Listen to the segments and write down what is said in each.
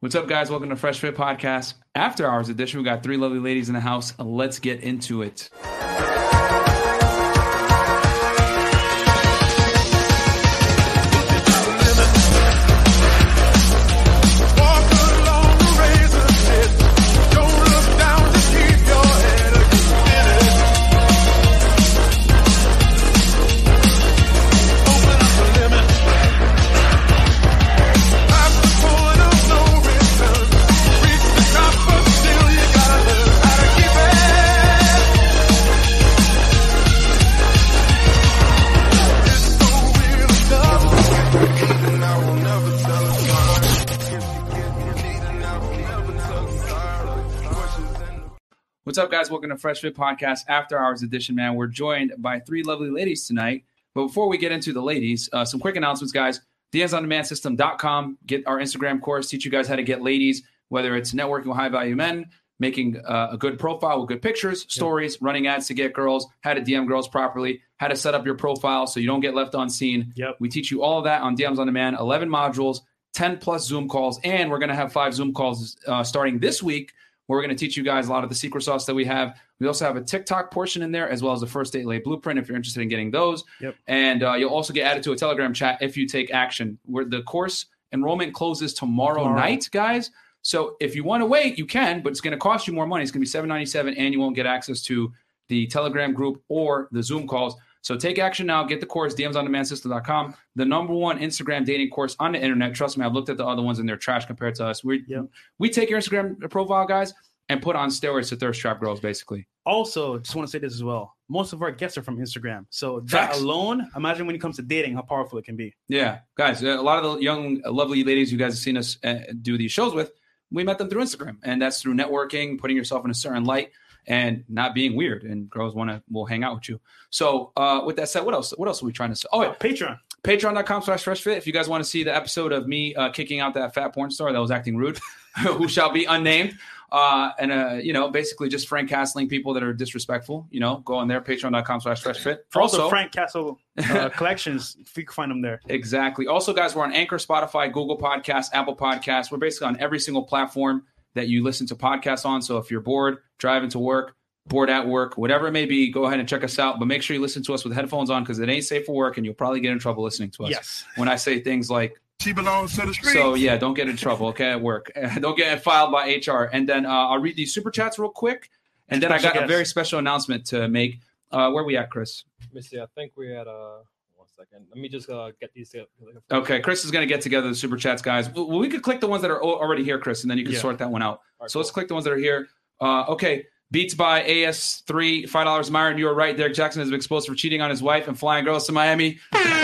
What's up, guys? Welcome to Fresh Fit Podcast. After Hours Edition, we got three lovely ladies in the house. Let's get into it. Walk along the razor's edge. Don't look down, just keep your head up. Open up the limit. Past the point of no return. Reach the top, but still you gotta learn how to keep it. It's so real, it's love. And I will never tell a lie. What's up, guys? Welcome to Fresh Fit Podcast After Hours Edition, man. We're joined by three lovely ladies tonight. But before we get into the ladies, uh, some quick announcements, guys. DMsOnDemandSystem.com. Get our Instagram course, teach you guys how to get ladies, whether it's networking with high value men, making uh, a good profile with good pictures, stories, running ads to get girls, how to DM girls properly, how to set up your profile so you don't get left unseen. Yep. We teach you all of that on DMs on Demand, 11 modules, 10 plus Zoom calls, and we're going to have five Zoom calls uh, starting this week where we're going to teach you guys a lot of the secret sauce that we have. We also have a TikTok portion in there, as well as the first date lay blueprint if you're interested in getting those. Yep. And uh, you'll also get added to a Telegram chat if you take action. Where the course enrollment closes tomorrow, Tomorrow. night, guys. So if you want to wait, you can, but it's going to cost you more money. It's going to be seven ninety seven, and you won't get access to the Telegram group or the Zoom calls. So take action now. Get the course, dmsondemandsystem.com, the number one Instagram dating course on the internet. Trust me, I've looked at the other ones and they're trash compared to us. We Yep. we take your Instagram profile, guys, and put on steroids to thirst trap girls, basically. Also, just want to say this as well. Most of our guests are from Instagram, so that Facts. alone, imagine when it comes to dating, how powerful it can be. Yeah, guys, a lot of the young, lovely ladies you guys have seen us uh, do these shows with, we met them through Instagram, and that's through networking, putting yourself in a certain light, and not being weird. And girls want to will hang out with you. So, uh, with that said, what else? What else are we trying to say? Oh, yeah, Patreon, patreon.com slash fresh fit if you guys want to see the episode of me uh, kicking out that fat porn star that was acting rude who shall be unnamed uh, and uh, you know basically just frank castling people that are disrespectful you know go on there patreon.com slash fresh fit also Frank Castle uh, collections. If you can find them there, Exactly. Also, guys, we're on Anchor, Spotify, Google Podcasts, Apple Podcasts. We're basically on every single platform that you listen to podcasts on. So if you're bored, driving to work, bored at work, whatever it may be, go ahead and check us out. But make sure you listen to us with headphones on because it ain't safe for work and you'll probably get in trouble listening to us. yes, When I say things like, She belongs to the streets. so yeah, don't get in trouble, okay, at work. don't get filed by HR. And then uh, I'll read these super chats real quick. And then I Special got a guest. very special announcement to make. Uh, where we at, Chris? Let me see. I think we're at uh one second. Let me just uh get these. together. Okay, Chris is going to get together the super chats, guys. Well, we could click the ones that are al- already here, Chris, and then you can Yeah. sort that one out. Alright, so let's cool. click the ones that are here. Uh, okay, Beats by AS3, five dollars. Myron, you are right. Derek Jackson has been exposed for cheating on his wife and flying girls to Miami.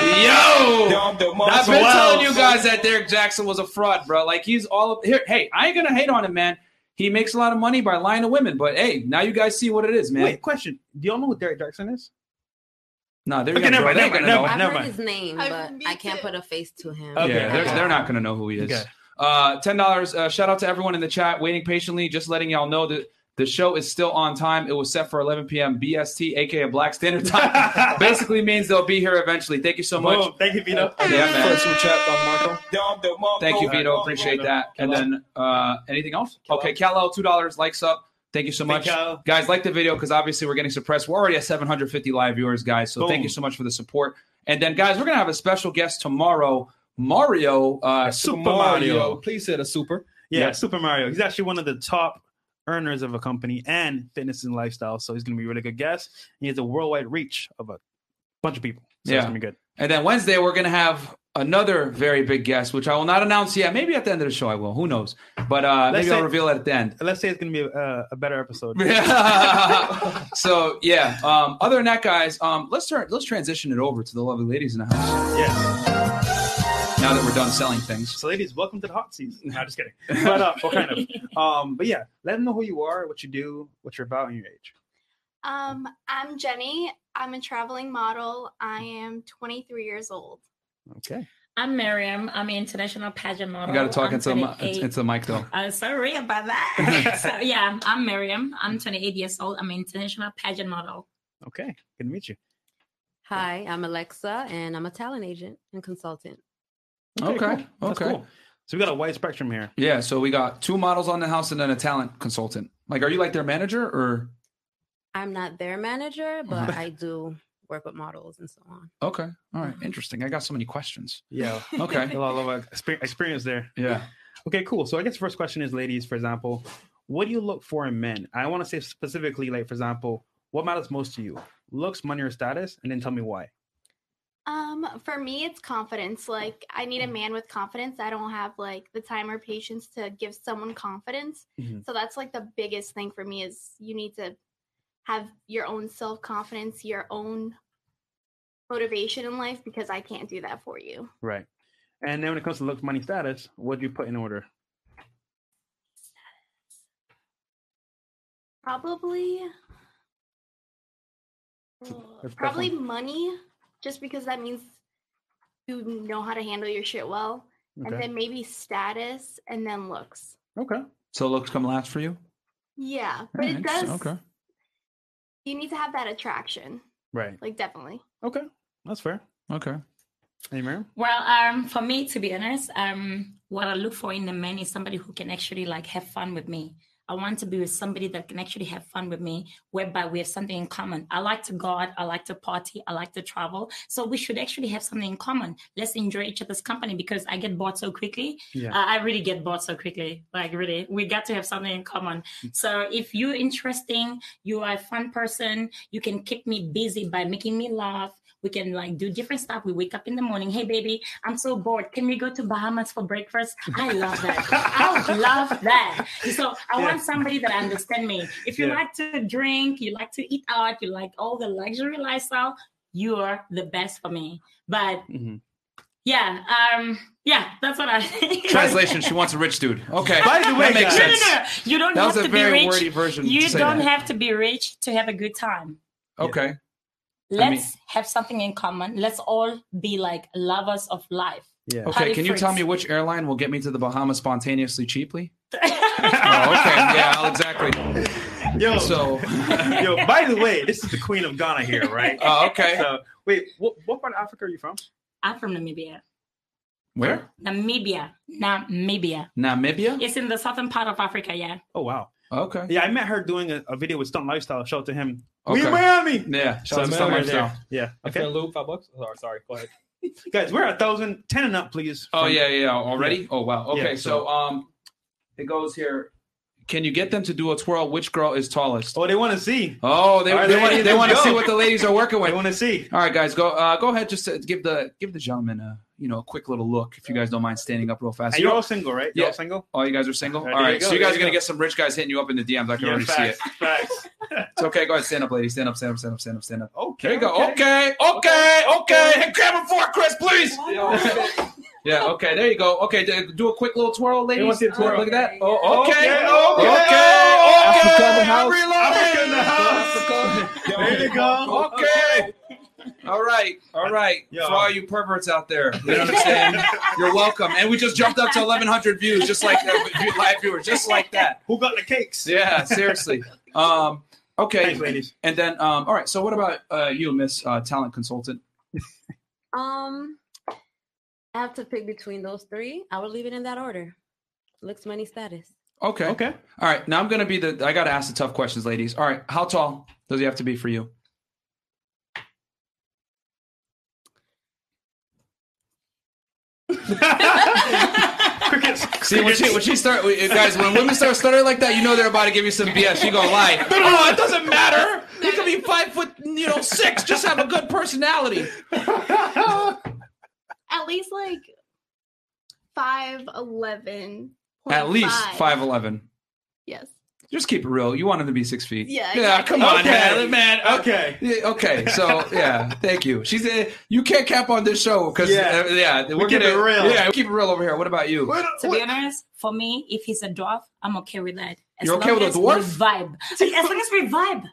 Yo, I've been telling you guys that Derek Jackson was a fraud, bro. Like he's all up here. Hey, I ain't gonna hate on him, man. He makes a lot of money by lying to women, but hey, now you guys see what it is, man. Wait, question: Do y'all know who Derek Jackson is? Nah, they're Okay, young, never bro. mind, They ain't never gonna know. mind, I've Never heard his name, I've- but me I can't too. put a face to him. Okay. Yeah, they're, they're not going to know who he is. Okay. Uh, Ten dollars. Uh, shout out to everyone in the chat waiting patiently. Just letting y'all know that the show is still on time. It was set for 11 p.m. BST, aka Black Standard Time. Basically means they'll be here eventually. Thank you so much. Boom. Oh, Thank you, Vito. Yeah, man. First chat on Marco. Thank you, Vito. Appreciate that. And then uh, anything else? Okay, Callow, two dollars. Likes up. Thank you so much. Thank you. Guys, like the video because obviously we're getting suppressed. We're already at 750 live viewers, guys. So Boom. thank you so much for the support. And then, guys, we're gonna have a special guest tomorrow, Mario. Uh, Super Mario. Please say the super. Yeah, Yeah. Super Mario. He's actually one of the top earners of a company and fitness and lifestyle, so he's going to be a really good guest. He has a worldwide reach of a bunch of people. So Yeah. it's going to be good. And then Wednesday, we're going to have another very big guest, which I will not announce yet. Maybe at the end of the show, I will. Who knows? But uh, Let's maybe say- I'll reveal it at the end. Let's say it's going to be a, a better episode. so yeah. Um, other than that, guys, um, let's turn let's transition it over to the lovely ladies in the house. yes. Now that we're done selling things, So, ladies, welcome to the hot season. No, just kidding. But uh, well, kind of. Um, but yeah, let them know who you are, what you do, what you're about, and your age. Um, I'm Jenny. I'm a traveling model. I am 23 years old. Okay. I'm Miriam. I'm an international pageant model. you got to talk Oh, I'm into the, mi- 28. into the mic though. I'm sorry about that. so, yeah, I'm Miriam. I'm 28 years old. I'm an international pageant model. Okay. Good to meet you. Hi, I'm Alexa, and I'm a talent agent and consultant. Okay, That's okay. cool. So we got a wide spectrum here. Yeah, so we got two models on the house and then a talent consultant. Like, are you like their manager or? I'm not their manager, but I do work with models and so on. Okay, all Mm-hmm. right, interesting. I got so many questions. Yeah, Okay, a lot of uh, exper- experience there. yeah, Okay, cool. So I guess the first question is, ladies, for example, what do you look for in men? I want to say specifically, like for example, what matters most to you? Looks, money, or status, and then tell me why. Um, for me, it's confidence. Like, I need a man with confidence. I don't have like the time or patience to give someone confidence. Mhm. So that's like the biggest thing for me is you need to have your own self confidence, your own motivation in life because I can't do that for you. Right. And then when it comes to looks, money, status, what do you put in order? Probably. uh, that's tough Probably money, just because that means you know how to handle your shit well, Okay. and then maybe status, and then looks. okay. so looks come last for you. Yeah, All but right, it does. Okay, You need to have that attraction, Right. like definitely. Okay. That's fair. okay. Hey, Miriam? Well, um, for me, to be honest, um, what I look for in a man is somebody who can actually like have fun with me. I want to be with somebody that can actually have fun with me, whereby we have something in common. I like to go out, I like to party, I like to travel. So we should actually have something in common. Let's enjoy each other's company because I get bored so quickly. Yeah. I I really get bored so quickly. Like really, we got to have something in common. So if you're interesting, you are a fun person. You can keep me busy by making me laugh. We can like do different stuff. We wake up in the morning. Hey baby, I'm so bored. Can we go to Bahamas for breakfast? I love that. I love that. So I Yeah. want somebody that understand me. If you Yeah. like to drink, you like to eat out, you like all the luxury lifestyle, you are the best for me. But Mhm. yeah, um, yeah, that's what I think. Translation: She wants a rich dude. Okay, By the way, that makes No, no, sense. no. You don't That was have a to be very rich. wordy version. You to say don't that. have to be rich to have a good time. Okay, Let's have something in common. Let's all be like lovers of life. Yeah. okay. Honey Can you tell fruits. me which airline will get me to the Bahamas spontaneously cheaply? Oh, yeah, okay, yeah, I'll- exactly. Yo, So, yo, by the way, this is the queen of Ghana here, right? oh, okay. So, wait, what, what part of Africa are you from? I'm from Namibia. Where? Namibia. Namibia. Namibia. It's in the southern part of Africa, yeah. Oh, wow. Okay. Yeah, I met her doing a, a video with Stunt Lifestyle. Shout out to him. We Okay. in Miami. Yeah. So Shout out to I Sun met her Lifestyle. there. Yeah. Okay. Okay. Luke, five bucks. Oh, sorry, go ahead. Guys, we're at a thousand, ten and up, please. Oh From- yeah, yeah. Already? Oh wow. Okay, Yeah, so, um, it goes here. Can you get them to do a twirl? Which girl is tallest? Oh, they want to see. Oh, they All right, they ladies, want they let's want to go. see what the ladies are working They with. want to see. All right, guys, go uh, go ahead. Just uh, give the give the gentleman a you know a quick little look if you guys don't mind standing up real fast. And You you're all, all single, right? You're Yeah. all single? you guys are single. All All right, right, there you so go, you guys there are you gonna go. get some rich guys hitting you up in the DMs. I can already see it. facts, facts. It's okay. Go ahead, stand up, ladies. Stand up, stand up, stand up, stand up, stand up. Okay. There you go. Okay, okay, okay. Hey, grab him for it, Chris, please. Yeah. Okay. There you go. Okay. d- Do a quick little twirl, ladies. wanna see a twirl. Look at that. Oh, okay. Okay, Okay. okay, Okay. Africa in the I'm house. reloading. Africa in the house. There you go. Okay. All right. All right. Yo. For all you perverts out there, you know what I'm saying? You're welcome. And we just jumped up to 1,100 views, just like that, view- live viewers, just like that. Who got the cakes? Yeah. Seriously. Um. Okay. Thanks, ladies. And then, um. All right. So, what about uh, you, Miss uh, Talent Consultant? Um, I have to pick between those three. I would leave it in that order. Looks, money, status. Okay. Okay. All right. Now I'm gonna be the. I gotta ask the tough questions, ladies. All right. How tall does he have to be for you? Crickets. See, when she, when she start, when- guys, when women start stuttering like that, you know they're about to give you some BS. She gonna lie. Oh, it doesn't matter. You could be five foot, you know, six. Just have a good personality. At least like five eleven. At least five eleven. Yes. Just keep it real. You want him to be six feet. Yeah, Yeah. exactly. Come on, Okay. man. man. Okay. okay. Yeah, okay, so yeah, thank you. She's uh, you can't cap on this show because yeah, Yeah. uh, yeah, we're keep gonna- it real. Yeah, we keep it real over here. What about you? To be honest, for me, if he's a dwarf, I'm okay with that. As You're okay long with a as we dwarf? Vibe. As long as we vibe.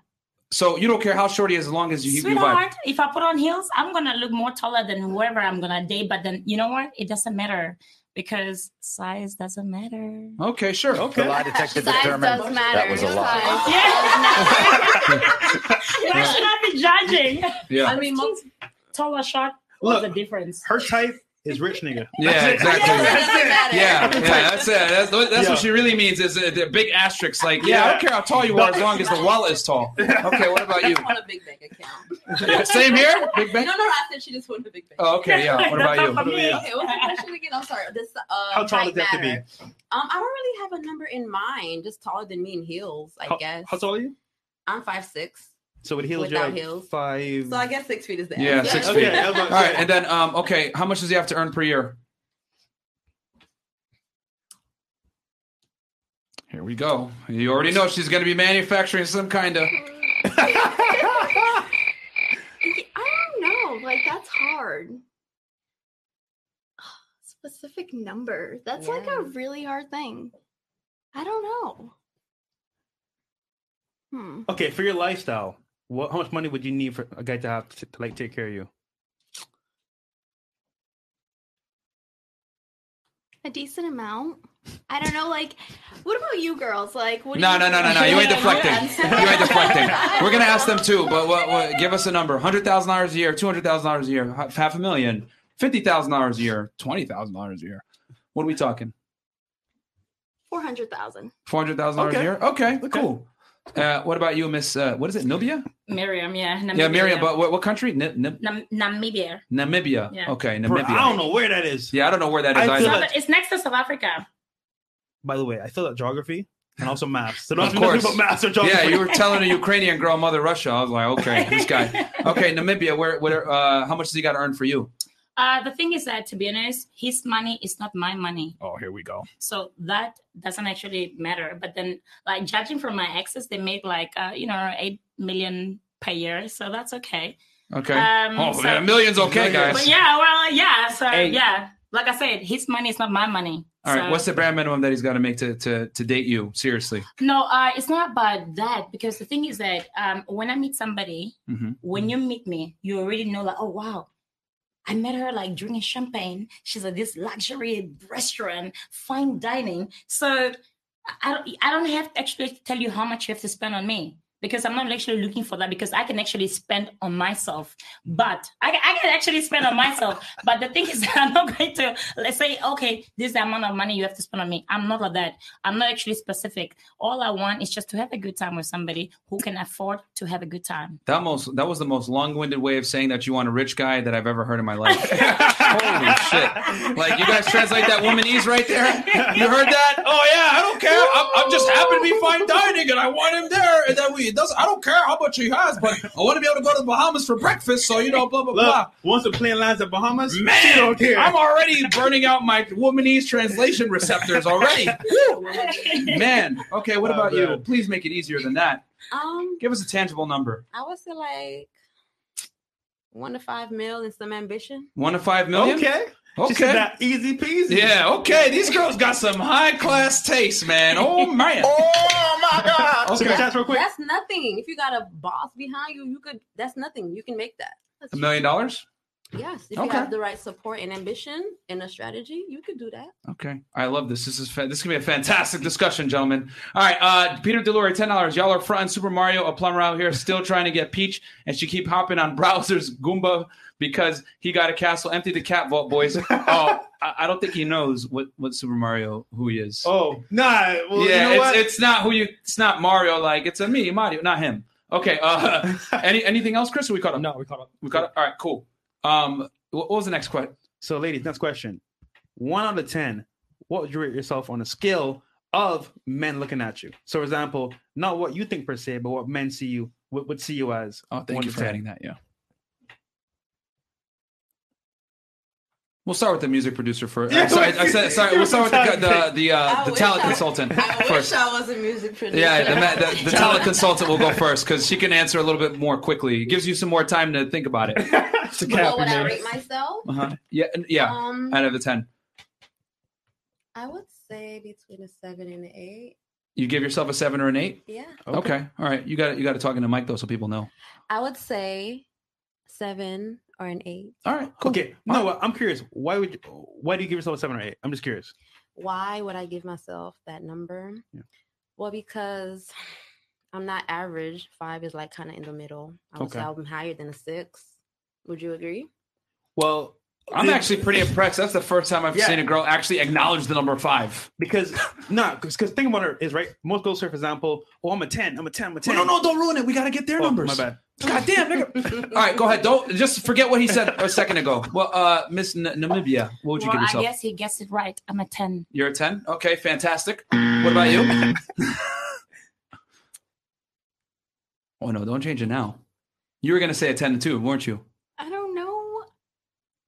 So you don't care how short he is, as long as you you vibe. Sweetheart, if I put on heels, I'm gonna look more taller than whoever I'm gonna date. But then you know what? It doesn't matter because size doesn't matter. Okay, sure. The Okay. lie detector Size determined does matter. that was a lie. Size. I should not be judging. Yeah. mean, most taller short. Look. What's the difference? Her type is rich nigga. Yeah, That's it. exactly. That's it. Yeah, yeah, that's it. That's, that's Yeah. what she really means is uh, the big asterisk. Like, yeah, I don't care how tall you are as long as the wallet is tall. Okay, what about you? Just want a big bank account. Yeah, same here, Big No, Bang. no, I said she just wanted a big bank. Oh, okay, yeah. What about you? For me. Okay, what's the question again? I'm sorry. This uh, How tall does height it have to be? matter. Um, I don't really have a number in mind. Just taller than me in heels, I How- guess. How tall are you? I'm five six, So with heels, Without you're like heels. five. so I guess six feet is the Yeah, average. six okay, feet. I was about All to right, say. and then um, okay, how much does he have to earn per year? Here we go. You already know she's going to be manufacturing some kind of. I don't know. Like that's hard. Specific number. That's like Yeah. a really hard thing. I don't know. Hmm. Okay, for your lifestyle, what how much money would you need for a guy to have to, to like take care of you? A decent amount. I don't know. Like, what about you girls? Like, what? do No, you no, no, no, no. You ain't deflecting. You ain't deflecting. We're gonna ask them too. But what, what, give us a number: hundred thousand dollars a year, two hundred thousand dollars a year, half half a million, fifty thousand dollars a year, twenty thousand dollars a year. What are we talking? Four hundred thousand. Four hundred thousand dollars a Okay. year. Okay, cool. Uh, what about you, Miss? Uh, what is it, Nubia? Miriam, yeah. Namibia. Yeah, Miriam. But what, what country? Ni- Ni- Nam- Namibia. Namibia. Yeah. Okay, Bro, Namibia. I don't know where that is. Yeah, I don't know where that is I either. feel South- it's next to South Africa. By the way, I feel that geography and also maps. So don't Of ask me nothing course. about maps or yeah, geography. you were telling a Ukrainian girl, Mother Russia. I was like, okay, this guy. Okay, Namibia. Where? Where? Uh, how much does he got to earn for you? Uh, the thing is that, to be honest, his money is not my money. Oh, here we go. So that doesn't actually matter. But then, like, judging from my exes, they make like, uh, you know, 8 million per year. So that's okay. Okay. Um, oh, so- yeah, millions. Okay, guys. But yeah, well, yeah. So, Hey. yeah. Like I said, his money is not my money. All right, So- what's the bare minimum that he's got to make to, to to date you? Seriously. No, uh, it's not about that because the thing is that um, when I meet somebody, Mhm. when you meet me, you already know like, oh wow, I met her like drinking champagne. She's at this luxury restaurant, fine dining. So I- I don't, I don't have to actually tell you how much you have to spend on me because I'm not actually looking for that because I can actually spend on myself. But I, can- I can actually spend on myself. but the thing is, I'm not going to let's say, okay, this is the amount of money you have to spend on me. I'm not like that. I'm not actually specific. All I want is just to have a good time with somebody who can afford to have a good time. That most that was the most long-winded way of saying that you want a rich guy that I've ever heard in my life. Holy shit. Like you guys translate that womanese right there? You heard that? Oh yeah, I don't care. I'm, I'm just happy to be fine dining and I want him there. And then we it doesn't I don't care how much he has, but I want to be able to go to the Bahamas for breakfast, so you know, blah blah blah. Look, once the plane lands at Bahamas, she Man, don't care. I'm already burning out my womanese translation receptors already. Man, okay, what Oh, about you? man. Please make it easier than that. Um, Give us a tangible number. I would say like one to five mil and some ambition. One to five million? okay. She said that easy peasy. Yeah, okay. These girls got some high class taste, man. Oh man. Oh my God. Super chats real quick. That's nothing. If you got a boss behind you, you could. That's nothing. You can make that. A million dollars? Yes, if you Okay. have the right support and ambition and a strategy, you could do that. Okay. I love this. This is fa- this is gonna be a fantastic discussion, gentlemen. All right, uh Peter Delory, ten dollars. Y'all are fronting Super Mario, a plumber out here still trying to get Peach, and she keep hopping on browsers Goomba because he got a castle. Empty the cat vault, boys. oh, I, I don't think he knows what, what Super Mario who he is. Oh, nah. Well, yeah, you know it's, what? it's not who you. It's not Mario. Like it's a me, Mario, not him. Okay. Uh, any anything else, Chris? Or we caught up. No, we caught up. We caught up. All right. Cool. Um, wh- what was the next question? So, ladies, next question. One out of 10, what would you rate yourself on a scale of men looking at you? So, for example, not what you think per se, but what men see you would, would see you as. Oh, thank One you for friend. adding that. Yeah. We'll start with the music producer first. Yeah, sorry, I said sorry. We'll start with the the the, uh, I the wish talent I- consultant I wish first. I was a music producer. Yeah, the, ma- the, the talent consultant will go first because she can answer a little bit more quickly. It gives you some more time to think about it. it's a But would I man. rate myself? Uh-huh. Yeah, and- yeah. Um, Out of the ten, I would say between a seven and an eight. you give yourself a seven or an eight. Yeah, Okay. All right. You got to you got to talk into mic though, so people know. I would say seven or an eight. All right. Cool. Okay. No, well, I'm curious. Why would you, why do you give yourself a seven or eight? I'm just curious. Why would I give myself that number? Yeah. Well, because I'm not average. Five is like kind of in the middle. I would say Okay. I'm higher than a six. Would you agree? Well, I'm actually pretty impressed. That's the first time I've Yeah. seen a girl actually acknowledge the number five. because no, because think about it is right. Most girls, say, for example, oh, I'm a ten, I'm a ten, I'm a ten. No, no, no, don't ruin it. We gotta get their Oh, numbers. My bad. God damn, nigga. All right, go ahead. Don't just forget what he said a second ago. Well, uh, Miss N- Namibia, what would you well, give yourself? I guess he guessed it right. I'm a 10. You're a 10? Okay, fantastic. What about you? oh, no, don't change it now. You were going to say a 10 to 2, weren't you? I don't know.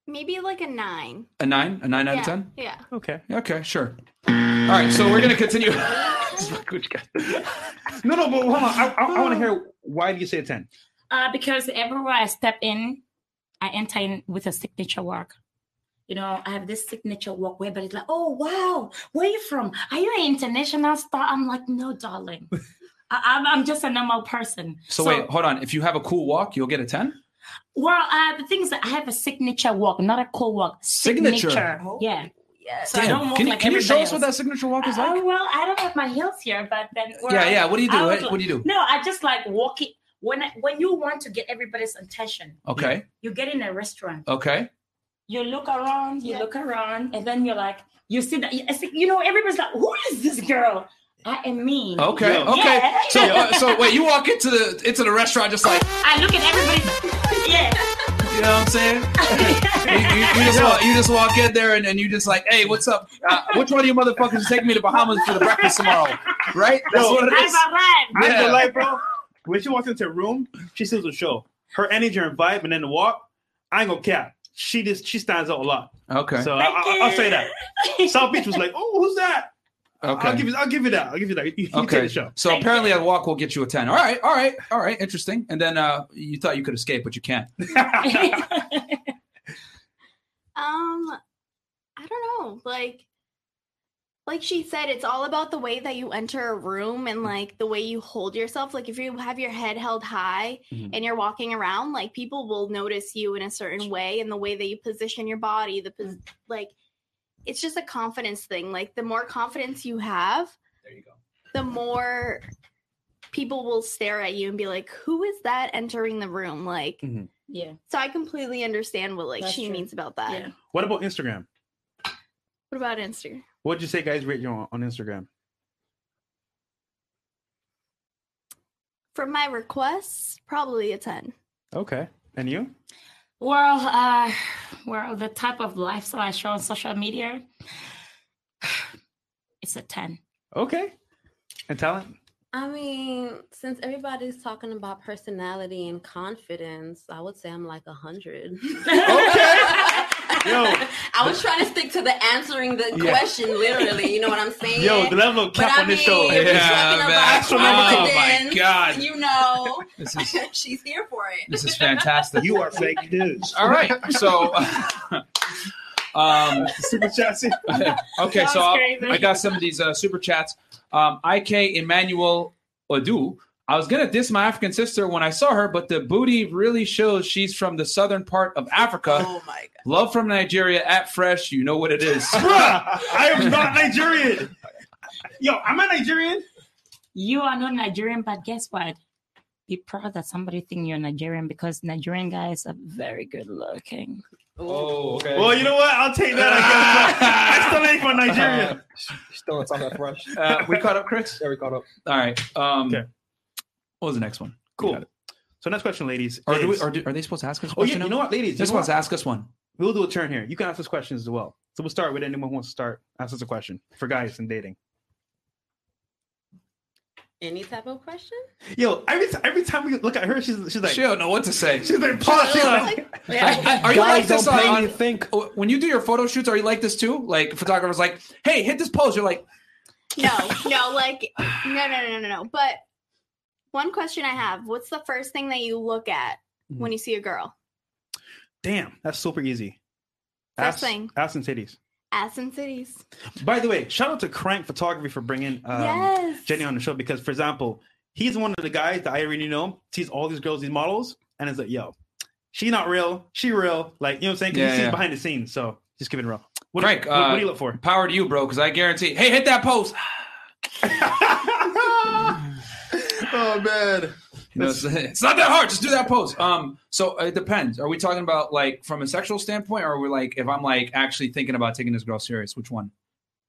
Maybe like a nine. A 9? A 9 out yeah. of 10? Yeah. Okay. Okay, sure. All right, so we're going to continue. What you got? No, no, but hold on. I, I, want to hear why do you say a ten? Uh, because everywhere I step in, I enter in with a signature walk. You know, I have this signature walk where everybody's like, oh, wow, where you from? Are you an international star? I'm like, no, darling. I- I'm, I'm just a normal person. so, wait, hold on. If you have a cool walk, you'll get a 10? Well, uh, the thing is, that I have a signature walk, not a cool walk. Signature. Signature. Yeah. Yes. So I don't walk can you, like can you show everybody us what that else. signature walk is like? Oh, well, I don't have my heels here, but then. well, yeah, yeah. What do you do? I What, would what do you do? No, I just like walking. When, I, when you want to get everybody's attention, Okay, you get in a restaurant. okay. you look around, you Yeah. look around, and then you're like, you see that, it's like, you know, everybody's like, who is this girl? I am me. Okay, Yeah. okay. Yeah. So, uh, so wait, you walk into the into the restaurant just like I look at everybody. yeah. you know what I'm saying? You, you, you just walk, you just walk in there and, and you just like, hey, what's up? Uh, which one of you motherfuckers is taking me to Bahamas for the breakfast tomorrow? Right? That's No. what it I've is. arrived. I ain't Yeah. gonna lie, bro. When she walks into a room, she steals the show. Her energy and vibe, and then the walk. I ain't gonna cap. She just she stands out a lot. Okay. So I, Thank I, you. I'll say that. South Beach was like, oh, who's that? I'll okay. give you. I'll give you that. I'll give you that. You, you take Okay. the show. So Thank apparently, you. a walk will get you a ten. All right. All right. All right. Interesting. And then uh, you thought you could escape, but you can't. Um, I don't know. Like, like she said, it's all about the way that you enter a room and like the way you hold yourself. Like, if you have your head held high Mhm. and you're walking around, like people will notice you in a certain way and the way that you position your body. The pos- like, it's just a confidence thing. Like, the more confidence you have, There you go. the more people will stare at you and be like, "Who is that entering the room?" Like, yeah. so I completely understand what like That's she true. means about that. Yeah. What about Instagram? What about Instagram? What'd you say, guys? Rate you on, on Instagram. For my requests, probably a 10. Okay. And you? Well, uh, well, the type of lifestyle I show on social media, it's a 10. Okay. And talent. I mean, since everybody's talking about personality and confidence, I would say I'm like a hundred. Yo. I was trying to stick to the answering the Yeah. question, literally. You know what I'm saying? Yo, the level of But cap I on this mean, show. if we're talking Yeah, about man. Oh, my confidence, God. You know, This is she's here for it. this is fantastic. You are fake news. All right. So. um. Super chassis. okay, so That was I'll- crazy. I got some of these uh, super chats. Um, IK Emmanuel Odu. I was gonna diss my African sister when I saw her, but the booty really shows she's from the southern part of Africa. Oh my god. Love from Nigeria at fresh, you know what it is. Bruh, I am not Nigerian. Yo, am I Nigerian? You are not Nigerian, but guess what? Be proud that somebody think you're Nigerian because Nigerian guys are very good looking. Oh, okay. Well, you know what? I'll take that. I guess. I still ain't from Uh-huh. Nigeria. Uh, still on top of that fresh. Uh, we caught up, Chris. There we caught up. All right. Um, Okay. What was the next one? Cool. So next question, ladies. Or, do we, is- or do, are they supposed to ask us? a oh question yeah, now? you know what, ladies? They're You know supposed what? to ask us one. We'll do a turn here. You can ask us questions as well. So we'll start with anyone who wants to start. Ask us a question for guys and dating. Any type of question? Yo, every t- every time we look at her, she's she's like she don't know what to say. she's like pause. She's like, Are you like this on, on- oh, think. when you do your photo shoots? Are you like this too? Like photographers, like, hey, hit this pose. You're like, No, no, like, no, no, no, no, no. But one question I have what's the first thing that you look at Hmm. when you see a girl? damn, that's super easy. First ass, thing. ass and titties. Ass and cities. By the way, shout out to Crank Photography for bringing um, yes. Jenny on the show because, for example, he's one of the guys that I already know sees all these girls, these models, and is like, "Yo, she not real, she real." Like you know what I'm saying? 'Cause Yeah, he sees yeah. behind the scenes, so just give it a roll. What, Crank, what, what uh, do you look for? power to you, bro, because I guarantee. Hey, hit that post. oh man, You know, it's, it's not that hard. Just do that pose. Um, so it depends. Are we talking about like from a sexual standpoint, or are we like if I'm like actually thinking about taking this girl serious? Which one?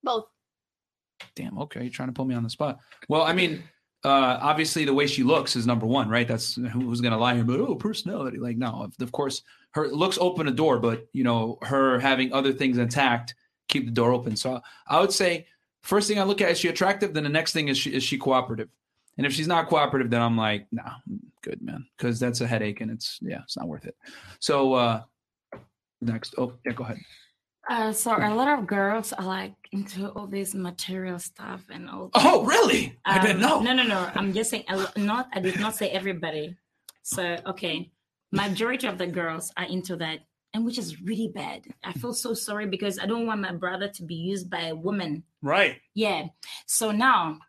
Both. Damn. Okay, you're trying to put me on the spot. Well, I mean, uh, obviously the way she looks is number one, right? That's who- who's gonna lie here. But oh, personality. Like no, of, of course her looks open a door, but you know her having other things intact keep the door open. So I would say first thing I look at is she attractive. Then the next thing is she is she cooperative. And if she's not cooperative, then I'm like, nah, good man, because that's a headache and it's yeah, it's not worth it. So uh next, oh yeah, go ahead. Uh, so a lot of girls are like into all this material stuff and all. Oh really? I Um, didn't know. No, no, no. I'm just saying. A lo- not. I did not say everybody. So okay, majority of the girls are into that, and which is really bad. I feel so sorry because I don't want my brother to be used by a woman. Right. Yeah. So now.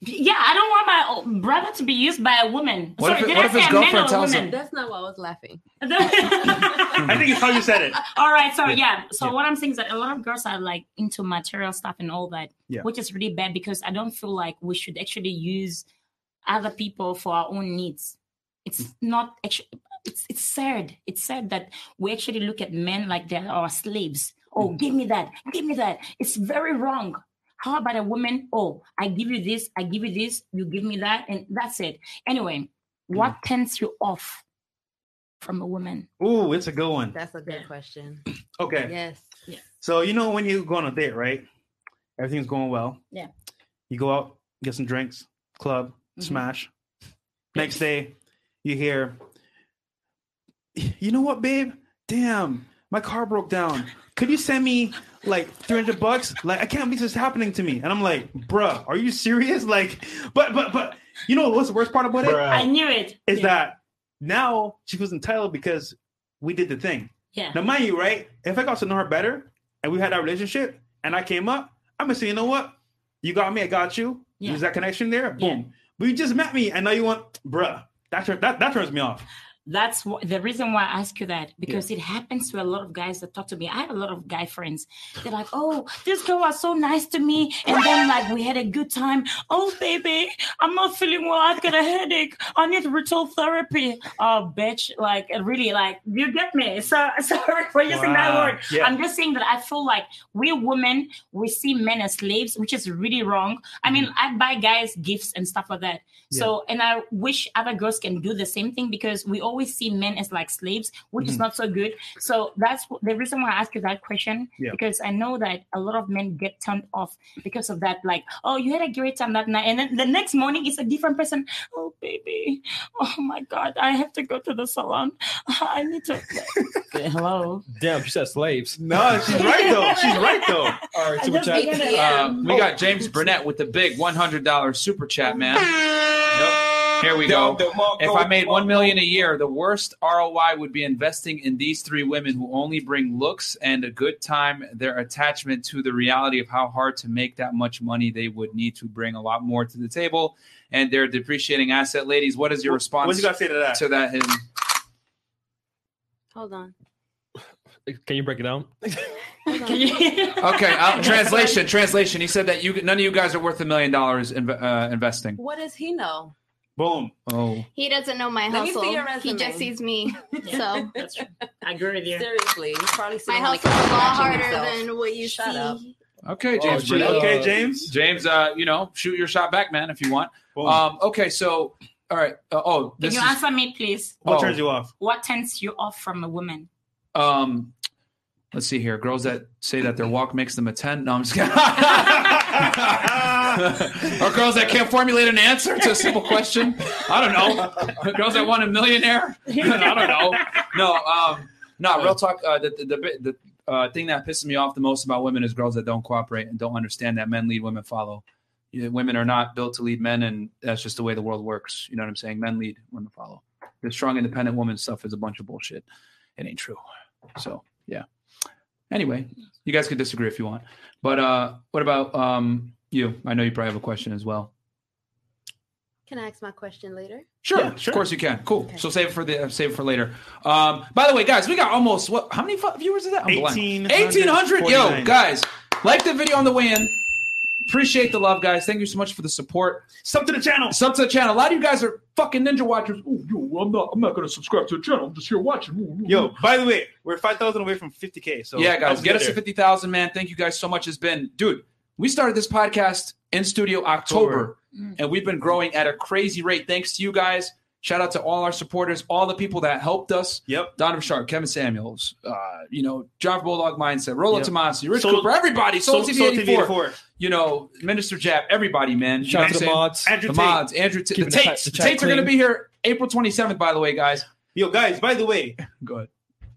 Yeah, I don't want my o- brother to be used by a woman. What Sorry, if- did what I if say his a man girlfriend or a tells him- woman? That's not why I was laughing. I think it's how you said it. all right so yeah so Yeah. what i'm saying is that a lot of girls are like into material stuff and all that Yeah. which is really bad because i don't feel like we should actually use other people for our own Mm. needs it's not actually it's, it's sad it's sad that we actually look at men like they're our slaves oh Mm. give me that give me that it's very wrong how about a woman oh i give you this i give you this you give me that and that's it anyway Mm. what turns you off from a woman Ooh, it's a good one. That's a good Yeah. question. Okay. Yes. So you know when you go on a date, right? Everything's going well. Yeah. You go out, get some drinks, club, Mhm. smash. Next day, you hear, you know what, babe? Damn, my car broke down. Could you send me like 300 bucks? Like, I can't believe this is happening to me. And I'm like, bruh, are you serious? Like, but, but, but, you know what's the worst part about it? i knew it Uh, Is Yeah. that now she feels entitled because we did the thing. yeah Now, mind you, right? If I got to know her better and we had that relationship and I came up, I'm gonna say, you know what? You got me, I got you. Yeah. Use that connection there, boom. But you just met me and now you want, bruh. That, tur- that, that turns me off. that's wh- the reason why I ask you that because it happens to a lot of guys that talk to me. I have a lot of guy friends. They're like, "Oh, this girl was so nice to me," and then like we had a good time. Oh, baby, I'm not feeling well. I've got a headache. I need ritual therapy. Oh, bitch! Like really, like you get me. So sorry for using that Wow. word. Yeah. I'm just saying that I feel like we women we see men as slaves, which is really wrong. I mean, Mm-hmm. I buy guys gifts and stuff like that. So, and I wish other girls can do the same thing because we always see men as like slaves, which is Mm-hmm. Mhm. not so good. So that's wh- the reason why I ask you that question Yeah. because I know that a lot of men get turned off because of that. Like, oh, you had a great time that night, and then the next morning it's a different person. Oh, baby, oh my god, I have to go to the salon. I need to. Hello. Damn, she said slaves. No, she's right though. She's right though. All right, I super just chat. began to- Uh, we Oh. got James Burnett with the big $100 super chat, man. Yep. Here we go. If I made one million a year, the worst ROI would be investing in these three women who only bring looks and a good time. Their attachment to the reality of how hard to make that much money they would need to bring a lot more to the table, and their depreciating asset. Ladies, what is your response What you gotta say to that? to that? Hidden? Hold on. Can you break it down? Hold on. Okay, uh, translation. Translation. He said that you none of you guys are worth a million dollars in, uh, investing. What does he know? Boom. Oh, He doesn't know my Let me see hustle. your He resume. just sees me. So That's true. I agree with you. Seriously, he's probably my sitting on the hustle's couch a lot watching harder himself. than what you Shut see. up. okay, Oh, James gee. Burnett. Okay, James. James, uh, you know, shoot your shot back, man, if you want. Boom. Um, okay, so all right. Uh, oh, Can this you is answer me, please? what oh. turns you off? What turns you off from a woman? um. Let's see here. Girls that say that their walk makes them a ten. No, I'm just kidding. or girls that can't formulate an answer to a simple question. I don't know. girls that want a millionaire. I don't know. No, um, no. Real talk. Uh, the the, the, bit- the uh, thing that pisses me off the most about women is girls that don't cooperate and don't understand that men lead, women follow. Yeah, women are not built to lead men, and that's just the way the world works. You know what I'm saying? Men lead, women follow. The strong, independent woman stuff is a bunch of bullshit. It ain't true. So yeah. Anyway, you guys could disagree if you want, but uh, what about um, you? I know you probably have a question as well. Can I ask my question later? Sure, Yeah, sure. of course you can. Cool. Okay. So save it for the uh, save it for later. Um, by the way, guys, we got almost what? How many fu- viewers is that? I'm blind. 1849. 1800 yo guys like the video on the way in Appreciate the love, guys. Thank you so much for the support. Sub to the channel. Sub to the channel. A lot of you guys are fucking ninja watchers. Ooh, yo, I'm not. I'm not gonna subscribe to the channel. I'm just here watching. Ooh, ooh, Yo, by the way, we're 5,000 away from 50K. So yeah, guys, let's get us to there. 50,000, man. Thank you guys so much. It's been, dude, we started this podcast in studio October, Mm. and we've been growing at a crazy rate. Thanks to you guys. Shout out to all our supporters, all the people that helped us. Yep. Donovan Sharp, Kevin Samuels, uh, you know, John Bulldog Mindset, Rolo Yep. Tomasi, Rich Soul- Cooper, everybody, Soul, So- TV, Soul 84, you know, Minister Jab, everybody, man. You know Shout out what to the I'm saying? mods. Andrew The Tate. mods, Andrew, T- the Keeping the Tates. chat- The the chat Tates are going to clean. be here April 27th, by the way, guys. Yo, guys, by the way, Go ahead.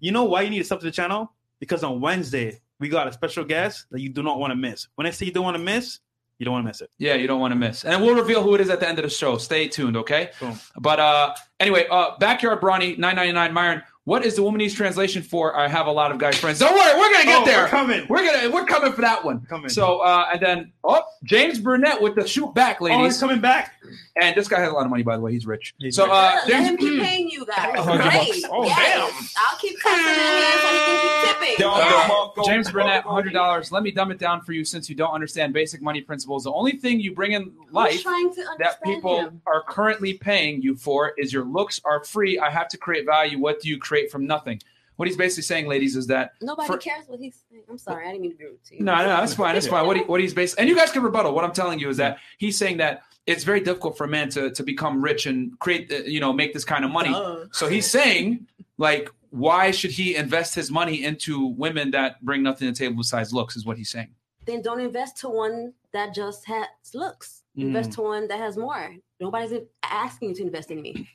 you know why you need to sub to the channel? Because on Wednesday, we got a special guest that you do not want to miss. When I say you don't want to miss, you don't want to miss it. Yeah, you don't want to miss. And we'll reveal who it is at the end of the show. Stay tuned, okay? Boom. But uh anyway, uh Backyard Brawny 999 Myron, what is the womanese translation for I have a lot of guy friends? Don't worry, we're gonna get Oh, there. We're coming. We're gonna we're coming for that one. Coming. So uh and then oh James Burnett with the shoot back, Oh, he's ladies. coming back. and this guy has a lot of money, by the way. He's rich. He's so rich. uh Yeah, let James him keep paying you guys. A hundred Right. bucks. Oh, Yes. I'll keep cussing him here so he can keep tipping. Uh, James Burnett, hundred dollars. Let me dumb it down for you, since you don't understand basic money principles. The only thing you bring in Who's life trying to understand that people him? are currently paying you for is your looks are free. I have to create value. What do you create from nothing? What he's basically saying, ladies, is that Nobody for- cares what he's saying. I'm sorry, I didn't mean to be rude to you. no, no, that's fine, that's fine. What he, what he's basically, and you guys can rebuttal. What I'm telling you is that he's saying that it's very difficult for a man to to become rich and create, uh, you know, make this kind of money. Oh. So he's saying, like, why should he invest his money into women that bring nothing to the table besides looks? Is what he's saying. Then don't invest to one that just has looks. Invest to one that has more. Nobody's in- asking you to invest in me.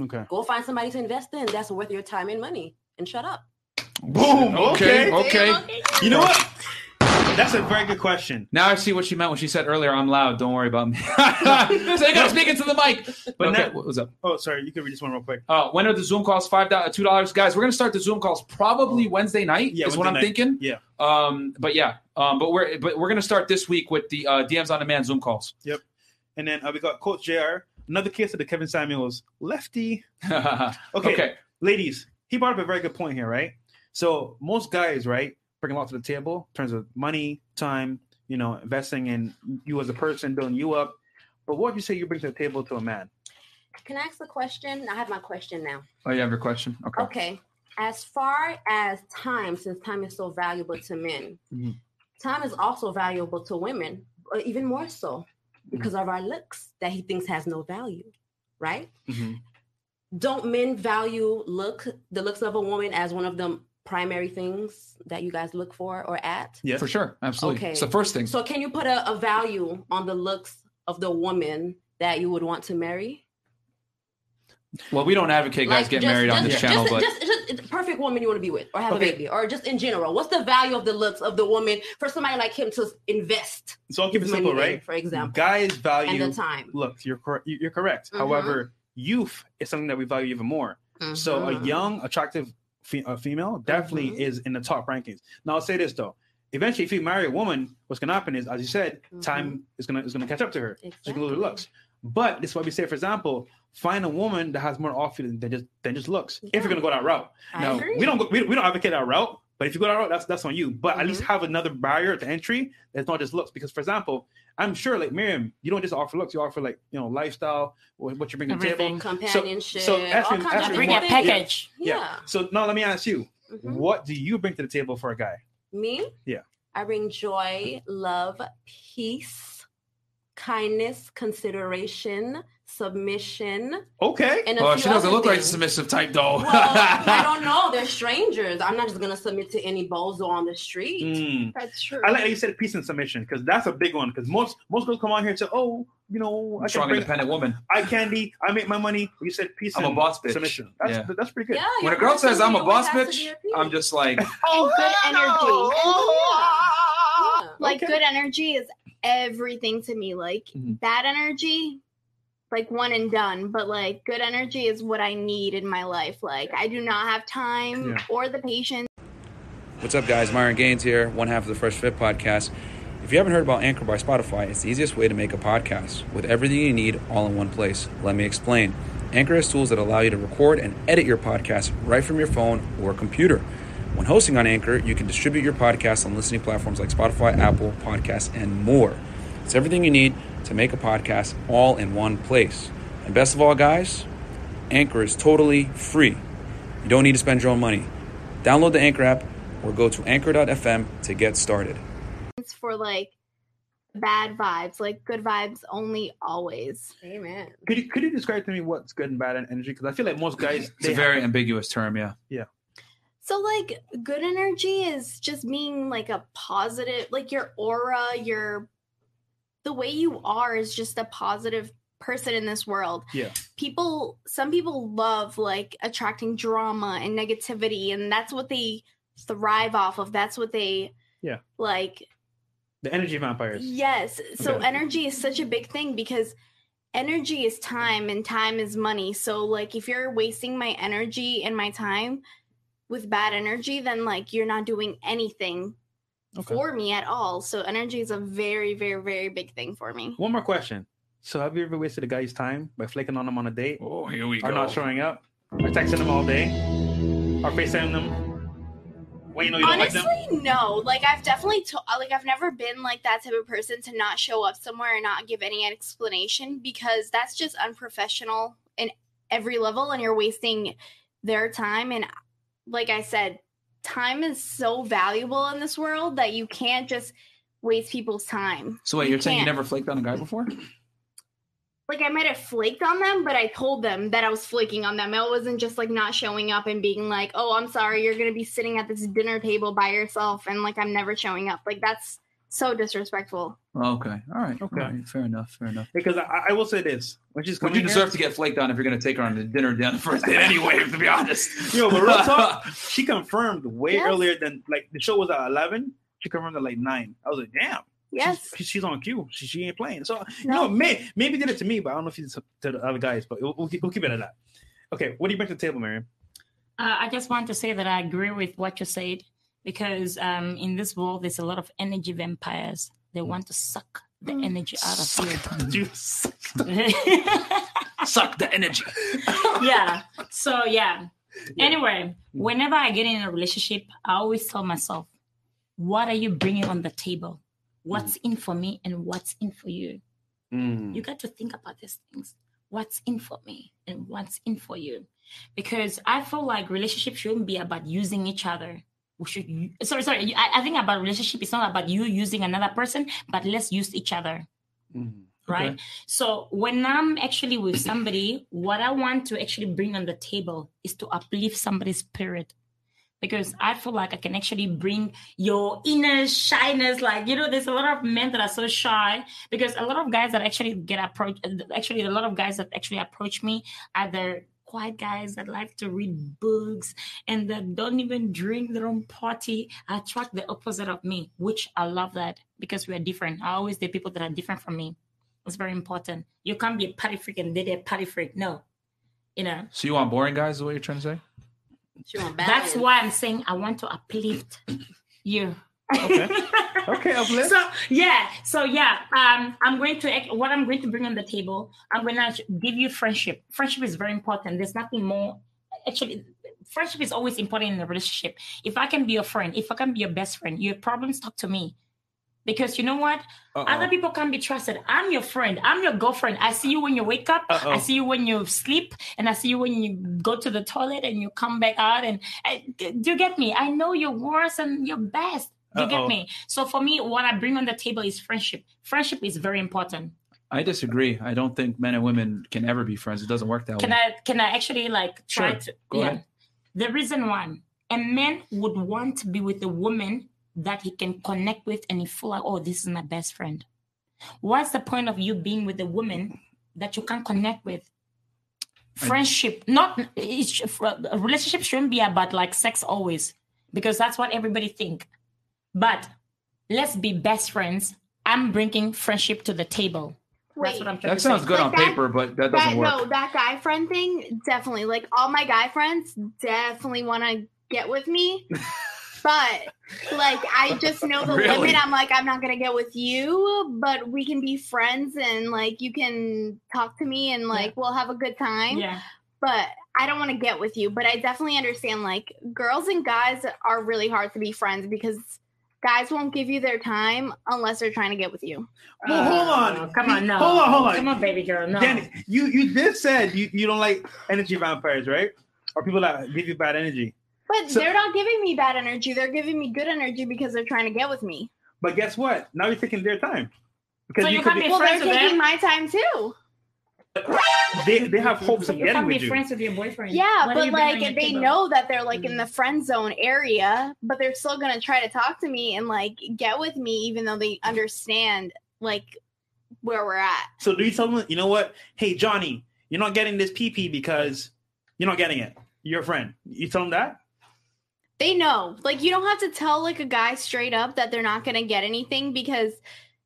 Okay. Go find somebody to invest in that's worth your time and money, and shut up. Boom. Okay. okay. You know what? That's a very good question. Now I see what she meant when she said earlier, "I'm loud. Don't worry about me." so you got to speak into the mic. But But okay, now- what was up? Oh, sorry. You can read this one real quick. Uh, when are the Zoom calls? Five dollars, two dollars, guys. We're gonna start the Zoom calls probably Wednesday night. Oh. Yeah, is what I'm Wednesday thinking. Yeah. Um, but yeah, um, but we're but we're gonna start this week with the uh, DMs on demand Zoom calls. And then uh, we got Coach JR. Another case of the Kevin Samuels lefty. okay. Okay, ladies, he brought up a very good point here, right? So most guys, right, bring a lot to the table in terms of money, time, you know, investing in you as a person, building you up. But what would you say you bring to the table to a man? Can I ask a question? I have my question now. Oh, you have your question. Okay. Okay. As far as time, since time is so valuable to men, Mhm. time is also valuable to women, or even more so because of our looks that he thinks has no value, right? Mhm. Don't men value look the looks of a woman as one of the primary things that you guys look for or at? Yes. For sure, absolutely. Okay. It's the first thing. So can you put a, a value on the looks of the woman that you would want to marry? well, we don't advocate guys Like, get just- married on this just- channel, just, but just, just the perfect woman you want to be with, or have Okay. a baby, or just in general. What's the value of the looks of the woman for somebody like him to invest So I'll keep it his money simple, in, right? for example, Guys value and the time? look. You're cor- you're correct. Mhm. However, youth is something that we value even more. So a Mhm. young, attractive fe- uh, female definitely Mm-hmm. is in the top rankings. Now I'll say this though: eventually, if you marry a woman, what's gonna happen is, as you said, Mm-hmm. time is gonna is gonna catch up to her. She's gonna lose her Exactly. looks. But this is why we say, for example, find a woman that has more off than just than just looks. If you're gonna go that route, I now agree. we don't go, we, we don't advocate that route. But if you go that route, that's that's on you. But at least Mm-hmm. have another barrier to entry that's not just looks. Because for example, I'm sure like Miriam, you don't just offer looks. You offer like you know lifestyle, what what you bring to the table. Everything. companionship. so ask all him- kinds ask of him Bring different a what- things. package. Yeah. So now let me ask you, Mhm. what do you bring to the table for a guy? Me? Yeah. I bring joy, love, peace, kindness, consideration, submission, Okay. and a oh, few she doesn't other look like a things. submissive type, though. Well, I don't know. They're strangers. I'm not just gonna submit to any bozo on the street. Mm. That's true. I like that you said peace and submission because that's a big one. Because most most girls come on here and say, "Oh, you know, I can Strong, bring independent woman. eye candy. I make my money." You said peace. I'm a and boss bitch. Submission. That's Yeah. that's pretty good. Yeah. When your a girl says I'm a personality boss always has to bitch, be appealing. I'm just like, and good energy. Yeah. Like Okay. Mm-hmm. good energy is everything to me. Like Mhm. bad energy, like one and done. But like good energy is what I need in my life. Like I do not have time Yeah. or the patience. What's up, guys? Myron Gaines here, one half of the Fresh Fit podcast. If you haven't heard about Anchor by Spotify, it's the easiest way to make a podcast with everything you need all in one place. Let me explain. Anchor has tools that allow you to record and edit your podcast right from your phone or computer. When hosting on Anchor, you can distribute your podcast on listening platforms like Spotify, Apple Podcasts, and more. It's everything you need to make a podcast all in one place. And best of all, guys, Anchor is totally free. You don't need to spend your own money. Download the Anchor app or go to anchor.fm to get started. It's for like bad vibes, like good vibes only always. Amen. Could you could you describe to me what's good and bad in energy? Because I feel like most guys It's they a very have- ambiguous term, yeah. So like good energy is just being like a positive, like your aura, your the way you are is just a positive person in this world. Yeah. People some people love like attracting drama and negativity and that's what they thrive off of. That's what they Yeah. Like the energy vampires. yes. So Okay. energy is such a big thing because energy is time and time is money. So like if you're wasting my energy and my time with bad energy, then like you're not doing anything Okay. for me at all. So energy is a very, very, very big thing for me. One more question. So have you ever wasted a guy's time by flicking on him on a date? Oh, here we Are not showing up? Or texting them all day? Or FaceTiming them? When you know you don't like Honestly, them? no. Like I've definitely to- uh, like I've never been like that type of person to not show up somewhere and not give any explanation because that's just unprofessional in every level and you're wasting their time and like I said, time is so valuable in this world that you can't just waste people's time. So wait, you're saying you can't. never flaked on a guy before? Like I might have flaked on them, but I told them that I was flaking on them. It wasn't just like not showing up and being like, "Oh, I'm sorry, you're gonna be sitting at this dinner table by yourself," and like I'm never showing up. Like that's so disrespectful. Okay, all right, Okay. all right, fair enough, fair enough. Because I, I will say this. When she's Would coming you deserve to get flaked on if you're going to take her on the dinner down the first date anyway? To be honest, Yo, but real talk, she confirmed way Yes. earlier than like the show was at eleven. She confirmed at like nine. I was like, damn. Yes, She's, she's on cue. She, she ain't playing. So you No. know, may, maybe did it to me, but I don't know if it's to the other guys. But we'll, we'll, keep, we'll keep it at that. Okay, what do you bring to the table, Marion? Uh, I just want to say that I agree with what you said because um, in this world, there's a lot of energy vampires. They want to suck the energy out of You you. suck the energy. yeah. So yeah. Anyway, whenever I get in a relationship, I always tell myself, "What are you bringing on the table? What's in for me and what's in for you? You got to think about these things. What's in for me and what's in for you? Because I feel like relationship shouldn't be about using each other." We should u- sorry, sorry. I, I think about relationship, it's not about you using another person, but let's use each other right? So when I'm actually with somebody, what I want to actually bring on the table is to uplift somebody's spirit. Because I feel like I can actually bring your inner shyness. Like, you know, there's a lot of men that are so shy. Because a lot of guys that actually get approached, actually, a lot of guys that actually approach me are the quiet guys that like to read books and that don't even drink their own party. I attract the opposite of me, which I love that because we are different. I always date people that are different from me. It's very important. You can't be a party freak and date a party freak. No. You know, So you want boring guys? Is what you're trying to say? She want that's balance. why I'm saying I want to uplift you. Okay. Okay, uplift. So yeah, so yeah, um, I'm going to act- what I'm going to bring on the table. I'm going to give you friendship. Friendship is very important. There's nothing more. Actually, friendship is always important in a relationship. If I can be your friend, if I can be your best friend, your problems talk to me, because you know what, other people can be trusted. I'm your friend. I'm your girlfriend. I see you when you wake up. Uh-oh. I see you when you sleep, and I see you when you go to the toilet and you come back out. And I, Eh, do you get me? I know your worst and your best. Do you Uh-oh. get me? So for me, what I bring on the table is friendship. Friendship is very important. I disagree. I don't think men and women can ever be friends. It doesn't work that Can way. I can I actually like try Sure. to Go ahead. The reason why a man would want to be with a woman that he can connect with and he feel like, oh, this is my best friend. What's the point of you being with a woman that you can't connect with? Friendship, not it's, a relationship shouldn't be about like sex always, because that's what everybody think. But let's be best friends. I'm bringing friendship to the table. That's Wait. what I'm trying that to sounds say. good Like on that- paper, but that that doesn't work. no, that guy friend thing definitely. Like all my guy friends definitely want to get with me, but like I just know the Really? limit. I'm like I'm not gonna get with you, but we can be friends and like you can talk to me and like we'll have a good time. Yeah. But I don't want to get with you. But I definitely understand like girls and guys are really hard to be friends because guys won't give you their time unless they're trying to get with you. Well, hold on. Uh, come on, no. Hold on, hold on. Come on, baby girl. No. Danny, you you just said you, you don't like energy vampires, right? Or people that give you bad energy. But So- they're not giving me bad energy. They're giving me good energy because they're trying to get with me. But guess what? Now you're taking their time because So you you could can't be, Well, Well, they're friends with taking them. my time too. they, they have hopes of you getting can be with you. friends with your boyfriend. Yeah, What have but you been on like your they table? Mm-hmm. know that they're like in the friend zone area, but they're still gonna try to talk to me and like get with me, even though they understand like where we're at. So do you tell them? You know what? Hey, Johnny, you're not getting this PP because you're not getting it. You're a friend. You tell them that. They know. Like you don't have to tell like a guy straight up that they're not gonna get anything because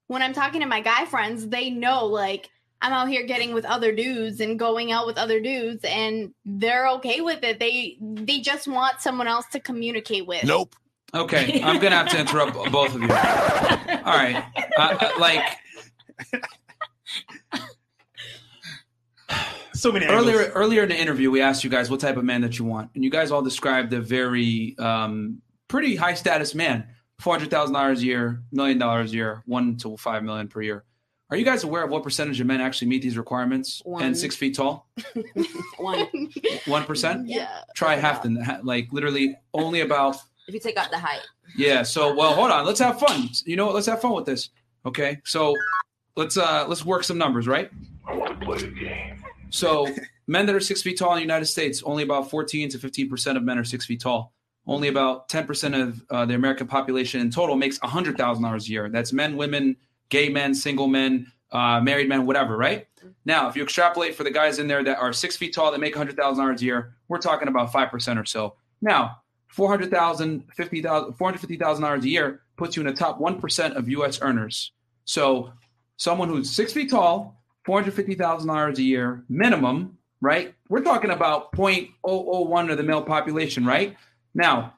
when I'm talking to my guy friends, they know like I'm out here getting with other dudes and going out with other dudes and they're okay with it. They they just want someone else to communicate with. Nope. Okay, I'm gonna have to interrupt both of you. All right, uh, uh, like So many angles. earlier earlier in the interview, we asked you guys what type of man that you want, and you guys all described a very um, pretty high status man, four hundred thousand dollars a year, million dollars a year, one to five million per year. Are you guys aware of what percentage of men actually meet these requirements One. and six feet tall? One. One percent. yeah. Try half the ha- like literally only about If you take out the height. yeah. So well, hold on. Let's have fun. You know what? Let's have fun with this. Okay. So let's uh let's work some numbers, right? So men that are six feet tall in the United States, only about 14 to 15 percent of men are six feet tall. Only about 10 percent of uh, the American population in total makes hundred thousand dollars a year. That's men, women, gay men, single men, uh, married men, whatever. Right now, if you extrapolate for the guys in there that are six feet tall that make hundred thousand dollars a year, we're talking about five percent or so. Now, 400,000, 50,000, $450,000 a year puts you in the top 1% of US earners. So someone who's six feet tall, $450,000 a year minimum, right? We're talking about 0.001 of the male population, right? Now,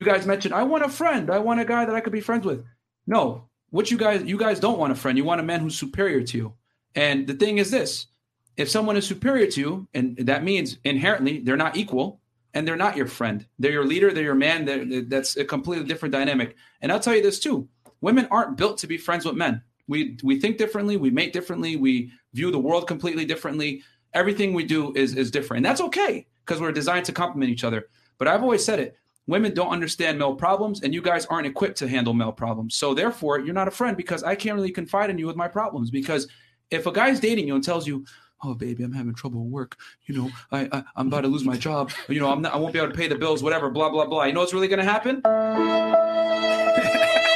you guys mentioned, I want a friend. I want a guy that I could be friends with. No, what you guys, you guys don't want a friend. You want a man who's superior to you. And the thing is this, if someone is superior to you, and that means inherently they're not equal, and they're not your friend. They're your leader. They're your man. They're, they that's a completely different dynamic. And I'll tell you this too: women aren't built to be friends with men. We we think differently. We mate differently. We view the world completely differently. Everything we do is is different, and that's okay because we're designed to complement each other. But I've always said it: women don't understand male problems, and you guys aren't equipped to handle male problems. So therefore, you're not a friend because I can't really confide in you with my problems. Because if a guy's dating you and tells you, "Oh, baby, I'm having trouble at work," you know, I, I I'm about to lose my job. You know, I'm not, I won't be able to pay the bills. Whatever, blah blah blah. You know what's really going to happen?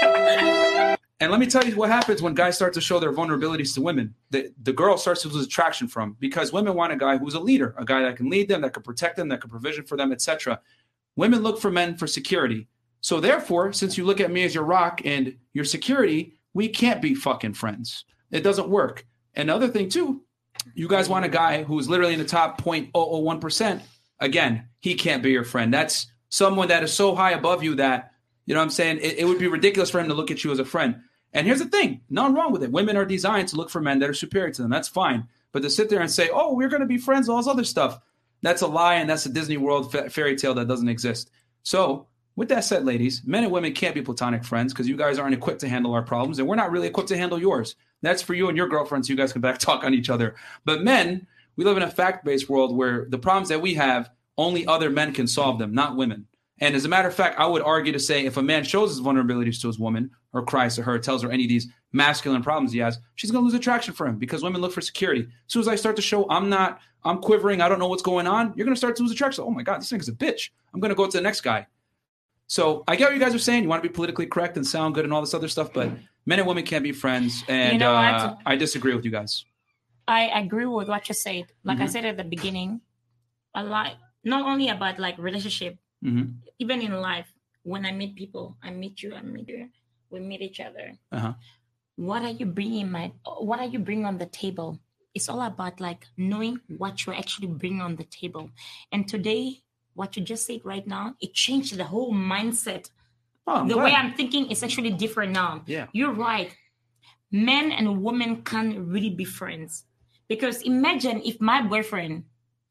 and let me tell you what happens when guys start to show their vulnerabilities to women. The the girl starts to lose attraction from because women want a guy who's a leader, a guy that can lead them, that can protect them, that can provision for them, etc. Women look for men for security. So therefore, since you look at me as your rock and your security, we can't be fucking friends. It doesn't work. And the other thing too, you guys want a guy who's literally in the top 0.001%. Again, he can't be your friend. That's someone that is so high above you that, you know what I'm saying? It, it would be ridiculous for him to look at you as a friend. And here's the thing nothing wrong with it. Women are designed to look for men that are superior to them. That's fine. But to sit there and say, oh, we're going to be friends, all this other stuff, that's a lie. And that's a Disney World fa- fairy tale that doesn't exist. So, with that said, ladies, men and women can't be platonic friends because you guys aren't equipped to handle our problems, and we're not really equipped to handle yours. That's for you and your girlfriends. So you guys can back talk on each other. But men, we live in a fact based world where the problems that we have, only other men can solve them, not women. And as a matter of fact, I would argue to say if a man shows his vulnerabilities to his woman or cries to her, tells her any of these masculine problems he has, she's going to lose attraction for him because women look for security. As soon as I start to show I'm not, I'm quivering, I don't know what's going on, you're going to start to lose attraction. Oh my God, this thing's a bitch. I'm going to go to the next guy. So I get what you guys are saying. You want to be politically correct and sound good and all this other stuff, but men and women can't be friends. And know what? uh, I disagree with you guys. I agree with what you said. Like Mm-hmm. I said at the beginning, a lot not only about like relationship, hmm even in life. When I meet people, I meet you, I meet you, we meet each other. Uh-huh. What are you bringing my? What are you bringing on the table? It's all about like knowing what you actually bring on the table. And today, what you just said right now, it changed the whole mindset. Oh, I'm the glad. way I'm thinking is actually different now. Yeah. You're right. Men and women can't really be friends. Because imagine if my boyfriend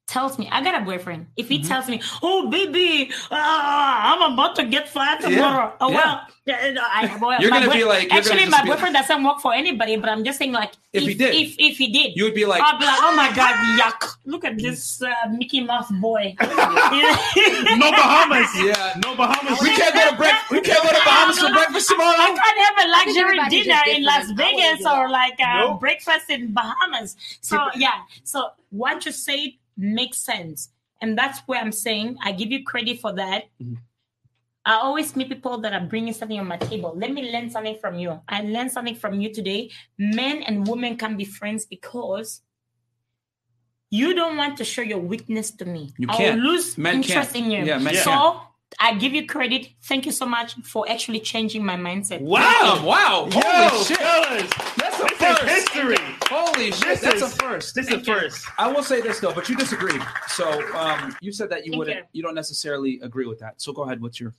tells me I got a boyfriend, if he Mm-hmm. Mhm. tells me, "Oh, baby, uh, I'm about to get flat Yeah, tomorrow," oh yeah. well, yeah, no, I, well You're my gonna be like- boy- you're gonna actually, just my be- boyfriend doesn't work for anybody, but I'm just saying, like, If he did. if if he did, You would be like, I'll be like, "Oh my god, yuck! Look at this uh, Mickey Mouse boy." No Bahamas. yeah, No Bahamas. we can't go to breakfast. We can't go to Bahamas for breakfast I tomorrow. can't have a luxury everybody's dinner just in Las different. I wouldn't Vegas do that. or like uh, Nope. breakfast in Bahamas. So yeah, so what you said makes sense, and that's where I'm saying I give you credit for that. Mhm. I always meet people that are bringing something on my table. Let me learn something from you. I learned something from you today. Men and women can be friends because you don't want to show your weakness to me. You I can't. will lose Men interest can't. in you. Yeah, men so can't. I give you credit. Thank you so much for actually changing my mindset. Wow, wow, Yo, holy shit, fellas, that's a this is first. history. Holy shit, This that's a is- first. This is the first. I will say this though, but you disagreed. So um, you said that you Thank wouldn't, you. you. don't necessarily agree with that. So go ahead. What's your?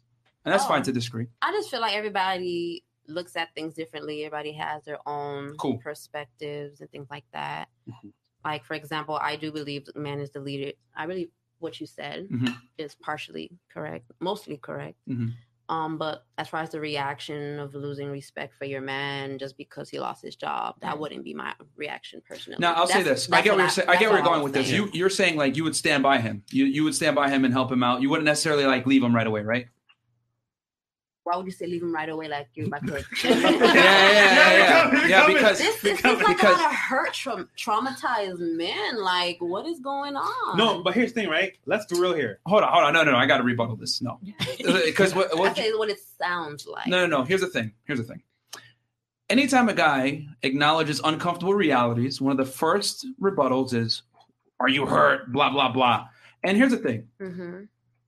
And that's Oh. fine to disagree. I just feel like everybody looks at things differently. Everybody has their own Cool. perspectives and things like that. Mhm. Like for example, I do believe man is the leader. I believe what you said Mhm. is partially correct, mostly correct. Mhm. Um, but as far as the reaction of losing respect for your man just because he lost his job, that Right. wouldn't be my reaction personally. Mm-hmm. Now I'll say That's- this. I that's get what you're I- saying. I that's get where you're all I going was with this. saying. You you're saying like you would stand by him. You you would stand by him and help him out. You wouldn't necessarily like leave him right away, right? Why would you say leave him right away like you're my kid? Yeah, yeah, yeah, you're yeah. coming, you're yeah coming. because This, this is like because- a lot of hurt from traumatized men. Like, what is going on? No, but here's the thing, right? Let's be real here. hold on, hold on. No, no, no. I got to rebuttal this. No, because what, I what say what it sounds like. No, no, no. Here's the thing. Here's the thing. Anytime a guy acknowledges uncomfortable realities, one of the first rebuttals is, Are you hurt? Blah, blah, blah. And here's the thing Mm-hmm. hmm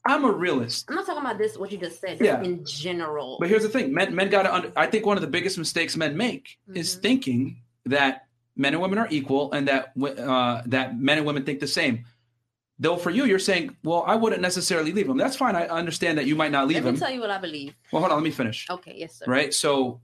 I'm a realist. I'm not talking about this. What you just said, just Yeah. in general. But here's the thing men, men got to, under, I think one of the biggest mistakes men make is Mhm. thinking that men and women are equal and that, w- uh, that men and women think the same. Though for you, you're saying, Well, I wouldn't necessarily leave him. That's fine. I understand that you might not Let leave me him. tell you what I believe. well, hold on. Let me finish. Okay, yes, sir. right? So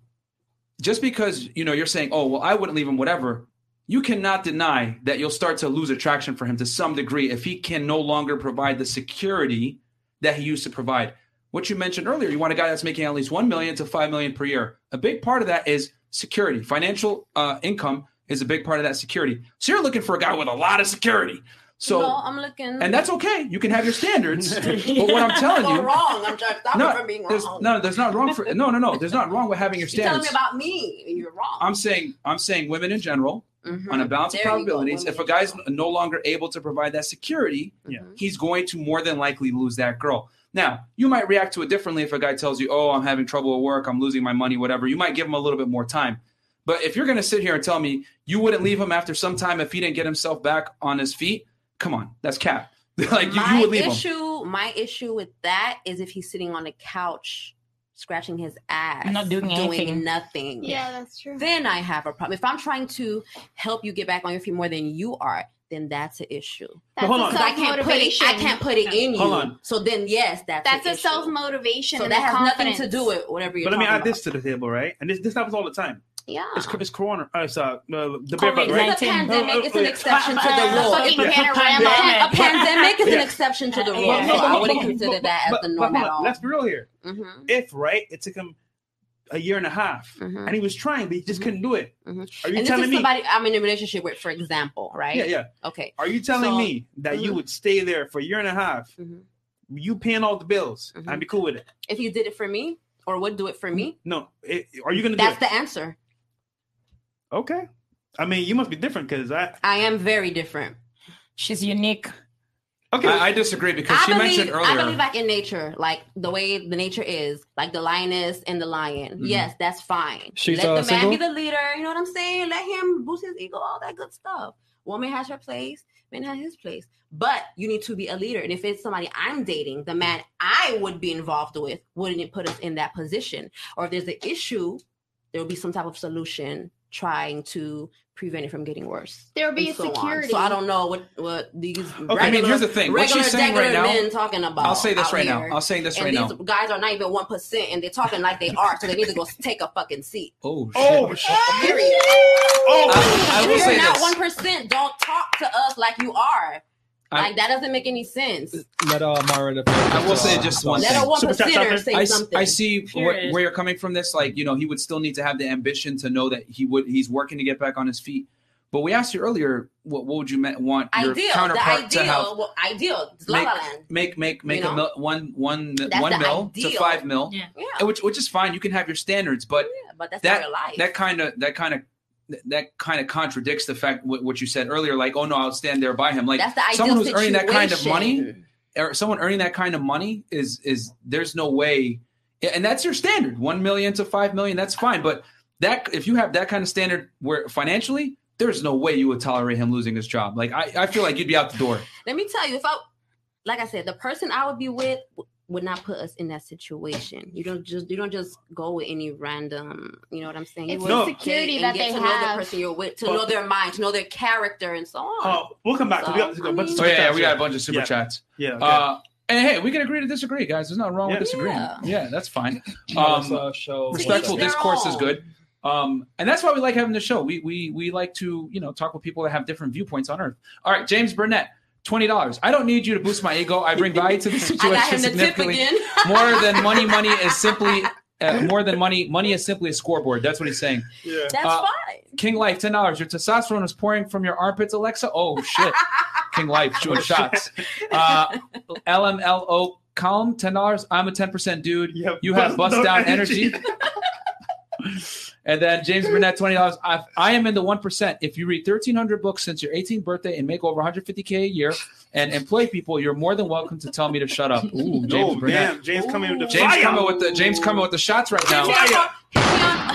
just because you know you're saying, "Oh, well, I wouldn't leave him," whatever, you cannot deny that you'll start to lose attraction for him to some degree if he can no longer provide the security that he used to provide. What you mentioned earlier, you want a guy that's making at least one million to five million per year. A big part of that is security. Financial uh, income is a big part of that security. So you're looking for a guy with a lot of security. So. no, I'm looking. and that's okay. You can have your standards, but what I'm telling I'm you, wrong. I'm just stopping No, from being wrong. there's, no, there's not wrong for no, no, no. There's not wrong with having your You're telling standards. me about me. You're wrong. I'm saying I'm saying women in general, Mhm. on a balance of There you go, probabilities, women if a in guy's general. no longer able to provide that security, Yeah. Mhm. he's going to more than likely lose that girl. Now, you might react to it differently if a guy tells you, "Oh, I'm having trouble at work, I'm losing my money, whatever." You might give him a little bit more time. But if you're going to sit here and tell me you wouldn't leave him after some time if he didn't get himself back on his feet, come on, that's cap. like you, my you would leave him. issue, my issue with that is if he's sitting on the couch, scratching his ass, Not doing anything. nothing. Yeah, that's true. Then I have a problem. If I'm trying to help you get back on your feet more than you are, then that's an issue. That's hold a on. 'Cause I can't put it. I self-motivation. can't put it in you. Hold on. So then, yes, that's That's an a issue. self motivation. So that has nothing to do with whatever you're. But let me talking add this to the table, right? And this this happens all the time. Yeah. It's it's Corona. Uh, it's uh, the the bear bug, Covid, right? It's a pandemic. It's an Uh, uh, exception uh, to the uh, rule. Fucking Yeah. panorama. A Yeah. pandemic is an Yeah. exception to the Yeah. rule. Yeah. So I but- wouldn't but- consider but- that as but- the but norm hold at on, all. Let's be real here. Mhm, If right, it took him a year and a half, mhm. and he was trying, but he just Mhm. couldn't do it. Mhm. Are you And this telling is me? somebody I'm in a relationship with, for example, right? yeah, yeah. Okay. Are you telling So- me that you mm-hmm. Mhm. would stay there for a year and a half, Mhm. you paying all the bills, Mhm. Mm-hmm. and be cool with it? If you did it for me or would do it for me, No, it, are you gonna do that's it? the answer. okay. I mean, you must be different because I I am very different. She's unique. okay. I, I disagree because I she believe, mentioned I earlier. believe like in nature, like the way the nature is, like the lioness and the lion. Mhm. Yes, that's fine. She's, Let the uh, man single? be the leader. You know what I'm saying? Let him boost his ego, all that good stuff. Woman has her place, man has his place. But you need to be a leader. And if it's somebody I'm dating, the man I would be involved with wouldn't it put us in that position. Or if there's an issue, there will be some type of solution trying to prevent it from getting worse. There would be a and so on. security. So I don't know what what these. I mean, here's the thing. What regular, she's saying right regular now, men talking about. I'll say this out right here. now. I'll say this and right these now. guys are not even one percent, and they're talking like they are, so they need to go take a fucking seat. Oh, shit. oh, sh- Period. oh, I- I If will you're say not this. one percent. Don't talk to us like you are. I I- like that doesn't make any sense. Let uh, Mara. I will say just one Let a thing. one Super chat percenter something. say I, s- something. I see wh- Period. where you're coming from. This, like, you know, he would still need to have the ambition to know that he would he's working to get back on his feet. But we asked you earlier, what, what would you ma- want your ideal, the counterpart ideal, to have? well, ideal. It's La Make- La Land. Make make make a You know? mil, one one That's one the mil to ideal. five mil, eh, Yeah. Yeah, which which is fine. You can have your standards, but yeah, but that's that- not real life. that kind of that kind of that kind of contradicts the fact what, what you said earlier. Like, oh no, I'll stand there by him. Like that's the ideal someone who's earning that situation. kind of money or someone earning that kind of money is is there's no way and that's your standard 1 million to 5 million that's fine but that if you have that kind of standard where financially there's no way you would tolerate him losing his job like i, I feel like you'd be out the door Let me tell you, if I, like I said, the person I would be with w- would not put us in that situation. You don't just you don't just go with any random. You know what I'm saying? You It's would the sit security and that get they to know have. the person you're with, to But- know their mind, to know their character, and so on. Oh, we'll come back. 'cause we got, we got a bunch of oh super yeah, yeah chats we got a here. bunch of super Yeah. chats Yeah. okay. uh and hey we can agree to disagree guys there's nothing wrong Yeah. with disagreeing yeah, Yeah. that's fine Um, um show respectful Each their discourse is own. good um and that's why we like having the show we we we like to you know talk with people that have different viewpoints on earth all right james burnett $20 i don't need you to boost my ego i bring value to the I situation got him the tip significantly again. more than money money is simply uh, more than money money is simply a scoreboard that's what he's saying yeah. That's Uh, fine. king life $10 your testosterone is pouring from your armpits alexa oh shit king life shooting shots uh, lmlo calm $10 i'm a 10% dude you have bust down down energy. and then James Burnett, twenty dollars. I, I am in the one percent. If you read thirteen hundred books since your 18th birthday and make over one hundred fifty k a year and employ people, you're more than welcome to tell me to shut up. Ooh, James No, Burnett. Oh, damn. James coming with the James fire. coming with the James coming with the shots right Hit now. me, up on, hit, me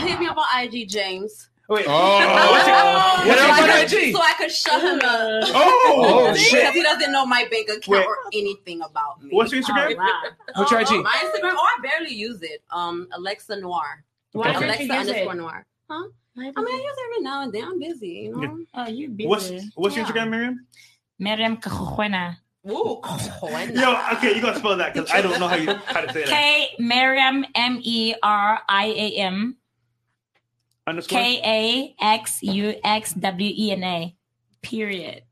on, hit me up on IG, James. Wait. Oh, Oh, What so, else I on could, IG? so I could shut him up. Uh, Oh, Oh, shit. Because he doesn't know my bank account Wait. or anything about me. What's your Instagram? oh, wow. What's your Oh, IG? My Instagram, or I barely use it. Um, Alexa Noir. Why Okay. don't you Alexa use underscore it? Noir. Why I mean, I don't- use it every now and then. I'm busy, you know. Oh, you What's busy. what's your Yeah. Instagram, Miriam? Miriam Cajuana. Ooh, Cohen. Yo, okay, you gotta spell that because I don't know how you how to say that. K Miriam M E R I A M Underscore. K A X U X W E N A. Period.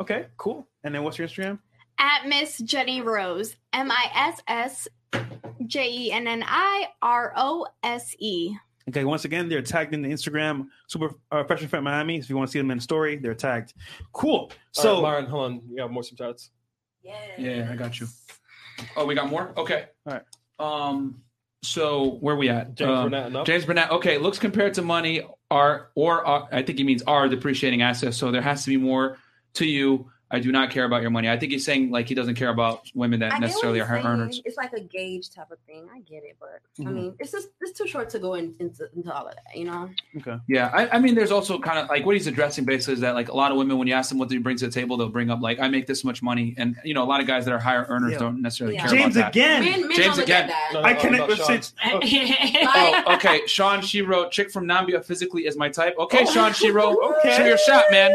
Okay, cool. And then what's your Instagram? At Miss Jenny Rose, M I S S J E N N I R O S E. Okay, once again, they're tagged in the Instagram Super uh, Fresh and Fit Miami. If you want to see them in the story, they're tagged. Cool. So, So Mara, hold on. We got more super chats. Yeah, I got you. Oh, we got more. Okay. All right. Um. So where we at? James Um, Burnett, enough. James Burnett. Okay, looks compared to money are or are, I think he means are depreciating assets. So there has to be more to you. I do not care about your money. I think he's saying like he doesn't care about women that I get what necessarily are he's her saying. earners. It's like a gauge type of thing. I get it, but I Mhm. mean, it's just it's too short to go in, into, into all of that, you know. Yeah, I, I mean, there's also kind of like what he's addressing basically is that like a lot of women, when you ask them what do you bring to the table, they'll bring up like I make this much money, and you know a lot of guys that are higher earners Yeah. don't necessarily Yeah. care James about that. again. Men, men James don't look again. at that. No, no, I no, connect no, with Sean. since Oh, okay. Sean Shiro, chick from Nambia, physically is my type. Okay, Oh. Sean Shiro, Okay. shoot your shot, man.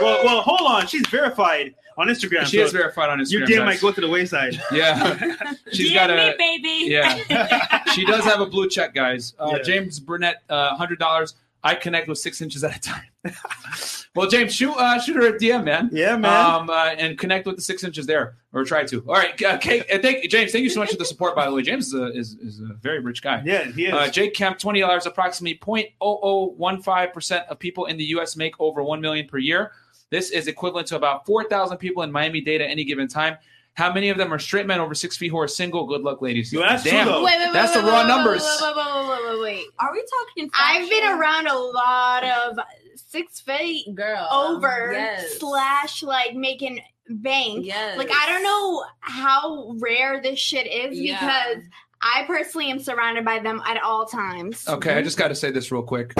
well, well, hold on. She's verified on Instagram. She so is verified on Instagram. Your day might guys. go to the wayside. Yeah, she's got DM a me, baby. yeah. she does have a blue check, guys. Uh, Yeah. James Burnett, uh, hundred dollars. I connect with six inches at a time. well, James, shoot, uh, shoot her a DM, man. Yeah, man. Um, uh, and connect with the six inches there, or try to. All right, uh, Kate, and thank James. Thank you so much for the support. By the way, James is a, is, is a very rich guy. yeah, he is. Uh, Jake Kemp, twenty dollars. Approximately 0.0015 percent of people in the U.S. make over one million per year. This is equivalent to about four thousand people in Miami Dade at any given time. How many of them are straight men over six feet who are single? Good luck, ladies. Yo, that's true, though. Wait, wait, wait, Oh, That's wait, the wait, raw wait, numbers. Wait, wait, wait, wait, wait, wait, wait. Are we talking? I've been fashion? around a lot of six feet girl over Oh, Yes. slash like making bank. Yes. Like I don't know how rare this shit is Yeah. because I personally am surrounded by them at all times. Okay, I just got to say this real quick.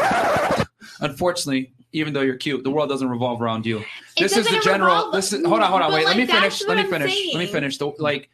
Unfortunately, even though you're cute, the world doesn't revolve around you. It this is the doesn't general. revolve- This is hold on, hold on, but, wait. let like, me that's finish. Let what me I'm finish. Let me saying. finish. The, like,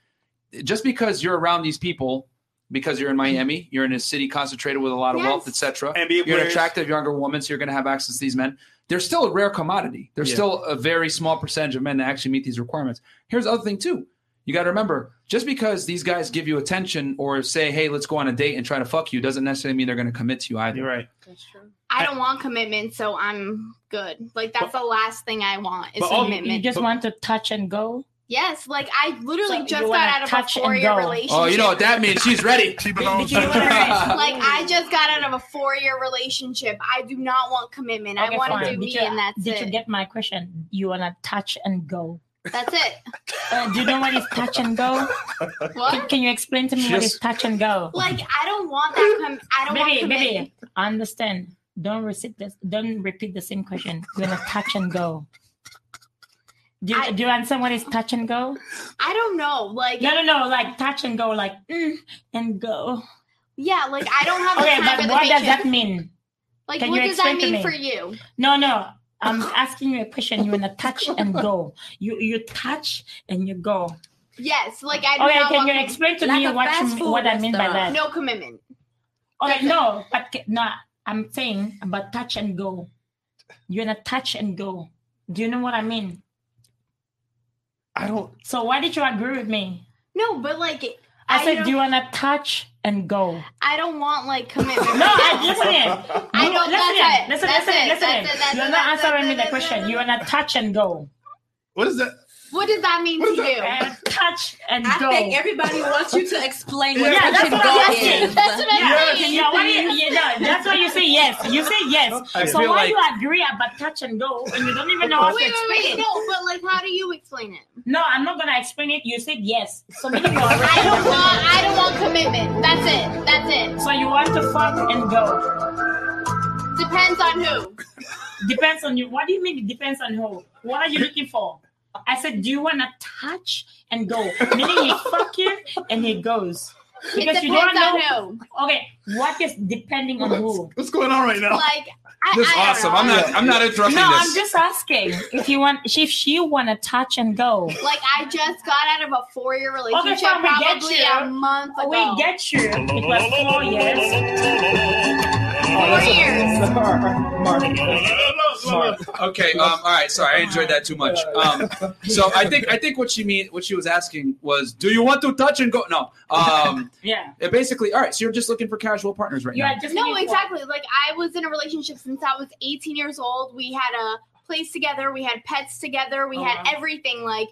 just because you're around these people, because you're in Miami, you're in a city concentrated with a lot of wealth, Yes. etc. NBA You're an players. attractive younger woman, so you're going to have access to these men. They're still a rare commodity. There's Yeah. still a very small percentage of men that actually meet these requirements. Here's the other thing too. You got to remember, just because these guys give you attention or say, "Hey, let's go on a date and try to fuck you," doesn't necessarily mean they're going to commit to you either. You're right. That's true. I don't want commitment, so I'm good. Like that's the last thing I want is But all- You commitment. just want to touch and go. yes, like I literally So you just wanna got out of a touch and four-year go. relationship. Oh, you know what that means? She's ready. She belongs. Did you learn? like I just got out of a four-year relationship. I do not want commitment. I Okay, want fine. to do Did me, you- and that's Did you it. get my question? You wanna touch and go. That's it. Uh, do you know what is touch and go? Can, What? can you explain to me what Yes. is touch and go? Like I don't want that. Com- I don't want Baby, commitment. baby, understand. Don't repeat this. Don't repeat the same question. You're gonna touch and go. Do you, I- do you understand what is touch and go? I don't know. Like No, no, no. Like touch and go, like mm, and go. yeah, like I don't have the Okay, time but for the what does that patient. mean? Like Can what you does that explain to mean me? for you? No, no. I'm asking you a question. You wanna touch and go. You you touch and you go. Yes, like I do Okay, not can want you explain to Like me a what fast you, food what I mean by that? restaurant. no commitment. Okay, no, but ca- no, I'm saying about touch and go. You're gonna touch and go. Do you know what I mean? I don't. So why did you agree with me? No, but like I, I, said, don't, do you wanna touch and go? No, I don't want like commitment. I listen. I You- don't- that's listen, it, Listen, that's listen, it, that's listen. it, that's You're it, not that's it, answering me the that's it, question. that's You it. wanna touch and go. What is that? What does that mean to What you? does that- Uh, touch and I go. think everybody wants you to explain what touch Yeah, that's and what go I'm asking. is. That's what I'm yeah, saying. yeah, what do you, yeah, no, that's why you say yes. You say yes. I So why feel like- you agree about touch and go and you don't even know how to Wait, explain wait, wait, it? no, but like how do you explain it? No, I'm not gonna explain it. You said yes. So meaning you already I don't have want a I don't want commitment. That's it. That's commitment. it. So you want to fuck and go. Depends on who. Depends on you. What do you mean it depends on who? What are you looking for? I said, do you wanna touch and go? Meaning he fuck you and he goes. It Because you don't depends on know. who. Okay, what is depending on who? What's going on right now? Like I, This is I don't awesome. know. I'm not. I'm not interrupting No, this. I'm just asking if you want if she wanna touch and go. Like I just got out of a four-year relationship, fine, we get probably you. a month ago. We get you. It was four years. four years. Okay. Um. All right. Sorry, I enjoyed that too much. Um. So I think I think what she mean what she was asking was, do you want to touch and go? No. Um. Yeah. it Basically, all right. So you're just looking for casual partners right You now. are just No, looking for- exactly. Like I was in a relationship since I was 18 years old. We had a place together. We had pets together. We had Uh-huh. everything. Like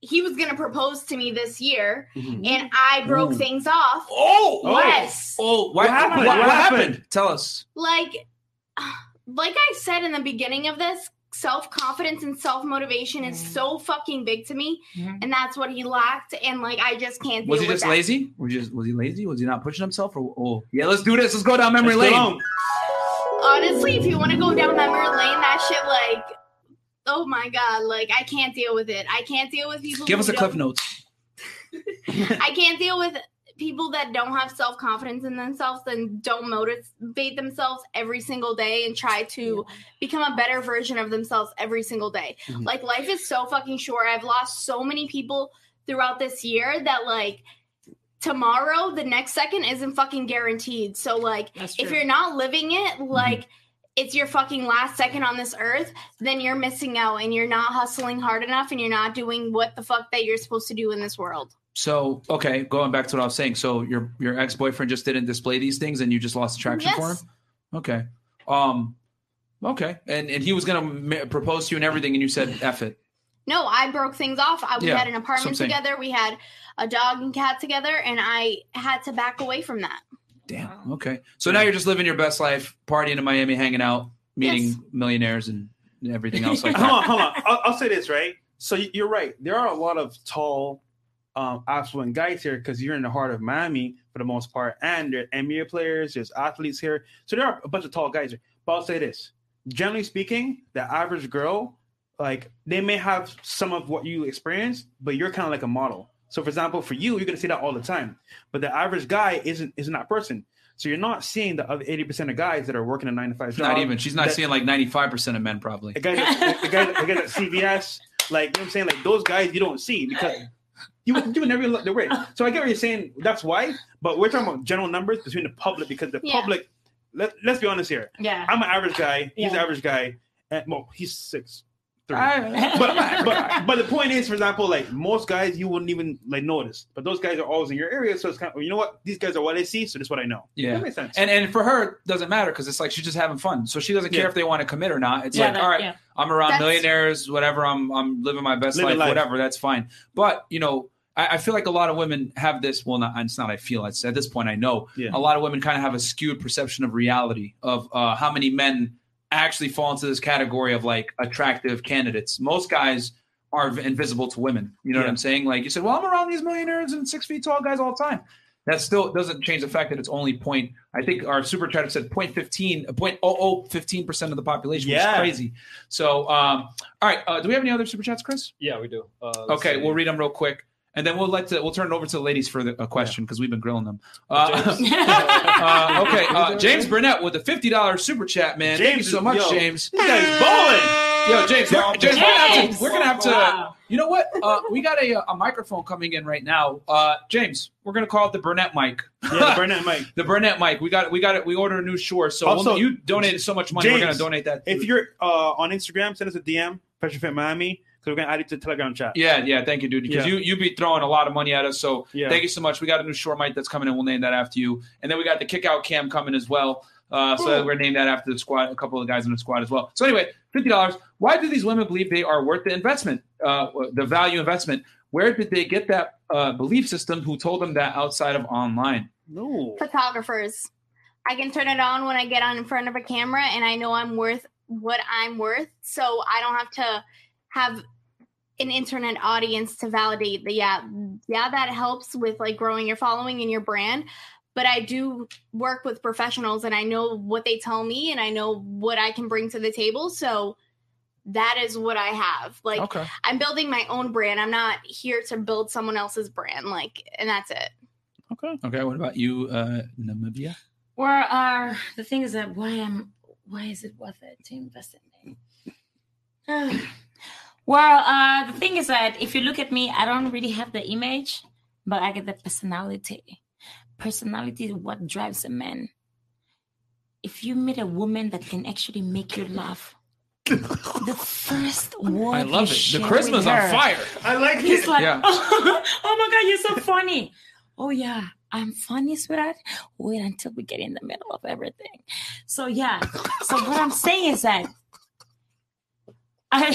he was gonna propose to me this year, Mhm. and I broke Mm-hmm. Ooh. things off. Oh. Yes. Oh. What happened? What, What what happened? happened? Tell us. Like, like I said in the beginning of this. Self confidence and self motivation is Mm. Mhm. so fucking big to me, Mhm. and that's what he lacked. And like, I just can't. Was deal he with just that. lazy? Was he just was he lazy? Was he not pushing himself? Or oh yeah, let's do this. Let's go down memory Let's go lane. on. honestly, if you want to go down memory lane, that shit like, oh my god, like I can't deal with it. I can't deal with people. Give who us a don't- cliff notes. I can't deal with people that don't have self confidence in themselves and don't motivate themselves every single day and try to become a better version of themselves every single day. Mhm. Like life is so fucking short. I've lost so many people throughout this year that like tomorrow, the next second isn't fucking guaranteed. So like That's if you're not living it like it's your fucking last second on this earth then you're missing out and you're not hustling hard enough and you're not doing what the fuck that you're supposed to do in this world So okay, going back to what I was saying. So your your ex boyfriend just didn't display these things, and you just lost attraction for him. Yes. Okay. Um. Okay. And and he was gonna ma- propose to you and everything, and you said "F it." no i broke things off I, we Yeah, had an apartment that's what I'm saying. together we had a dog and cat together and i had to back away from that Damn. Okay. So now you're just living your best life, partying in Miami, hanging out, meeting Yes. millionaires and everything else like hold that. on, hold on. I'll, I'll say this, right? So y- you're right. There are a lot of tall, um, affluent guys here because you're in the heart of Miami for the most part, and there are NBA players, there's athletes here. So there are a bunch of tall guys here. But I'll say this: generally speaking, the average girl, like they may have some of what you experience, but you're kind of like a model. So, for example, for you, you're gonna see that all the time. But the average guy isn't isn't that person. So you're not seeing the other eighty percent of guys that are working a nine to five job. Not even. She's not That- seeing like 95 percent of men probably. the guys, at, the guys, the guys at CVS, like you know what I'm saying, like those guys you don't see because you would do it every look the way. So I get what you're saying. That's why, but we're talking about general numbers between the public because the Yeah. public. Let, let's be honest here. yeah. I'm an average guy. He's an Yeah. average guy. And, well, he's six. three. but, but but the point is, for example, like most guys, you wouldn't even like notice. But those guys are always in your area, so it's kind of you know what these guys are what I see, so that's what I know. Yeah. that makes sense. And and for her, it doesn't matter because it's like she's just having fun. So she doesn't care Yeah. if they want to commit or not. It's Yeah, like, that- all right, yeah. I'm around That's- millionaires, whatever. I'm I'm living my best life, Living life. whatever. That's fine. But you know, I, I feel like a lot of women have this. Well, not it's not. I feel it's at this point I know Yeah. a lot of women kind of have a skewed perception of reality of uh, how many men actually fall into this category of like attractive candidates. Most guys are v- invisible to women. You know what Yeah. I'm saying? Like you said, well, I'm around these millionaires and six feet tall guys all the time. That still doesn't change the fact that it's only point. I think our super chatter said point fifteen, point oh oh fifteen percent of the population, which is Yeah. crazy. So, um, all right, uh, do we have any other super chats, Chris? Yeah, we do. Uh, let's Okay, see. we'll read them real quick, and then we'll let the, we'll turn it over to the ladies for the, a question because we've been grilling them. Uh, James. uh, okay, uh, James Burnett with the fifty dollars super chat, man. Thank you James, so much, yo. James. These guys balling. Yo, James, we're, James, we're gonna have to. We're gonna have to Wow. you know what? Uh, we got a, a microphone coming in right now. Uh, James, we're gonna call it the Burnett mic. Yeah, burn that mic. The Burnett mic. We got it. We got it. We ordered a new shore. So we'll- Also, you donated so much money. we're gonna James, donate that. If you're uh, on Instagram, send us a DM, Pressure Fit Miami, because we're gonna add it to the Telegram chat. yeah, yeah. Thank you, dude. Because Yeah. you you be throwing a lot of money at us. So Yeah. thank you so much. We got a new shore mic that's coming in. We'll name that after you. And then we got the kick out cam coming as well. Uh, so we're named that after the squad, a couple of the guys in the squad as well. So anyway, fifty dollars. Why do these women believe they are worth the investment, uh, the value investment? Where did they get that uh, belief system? Who told them that outside of online? No. photographers. I can turn it on when I get on in front of a camera and I know I'm worth what I'm worth. So I don't have to have an internet audience to validate the yeah, yeah, that helps with like growing your following and your brand. But I do work with professionals and I know what they tell me and I know what I can bring to the table. So that is what I have. Like okay. I'm building my own brand. I'm not here to build someone else's brand. Like, and that's it. Okay. What about you, uh, Namibia? Well, uh, the thing is that why am why is it worth it to invest in me? well, uh, the thing is that if you look at me, I don't really have the image, but I get the personality. Personality is what drives a man. If you meet a woman that can actually make you laugh, the first word I love you it. The share charisma's with on her, fire. I like He's like, Yeah. oh, my God, you're so funny. Oh, yeah, I'm funny, sweetheart. Wait until we get in the middle of everything. So, yeah. So, what I'm saying is that. I,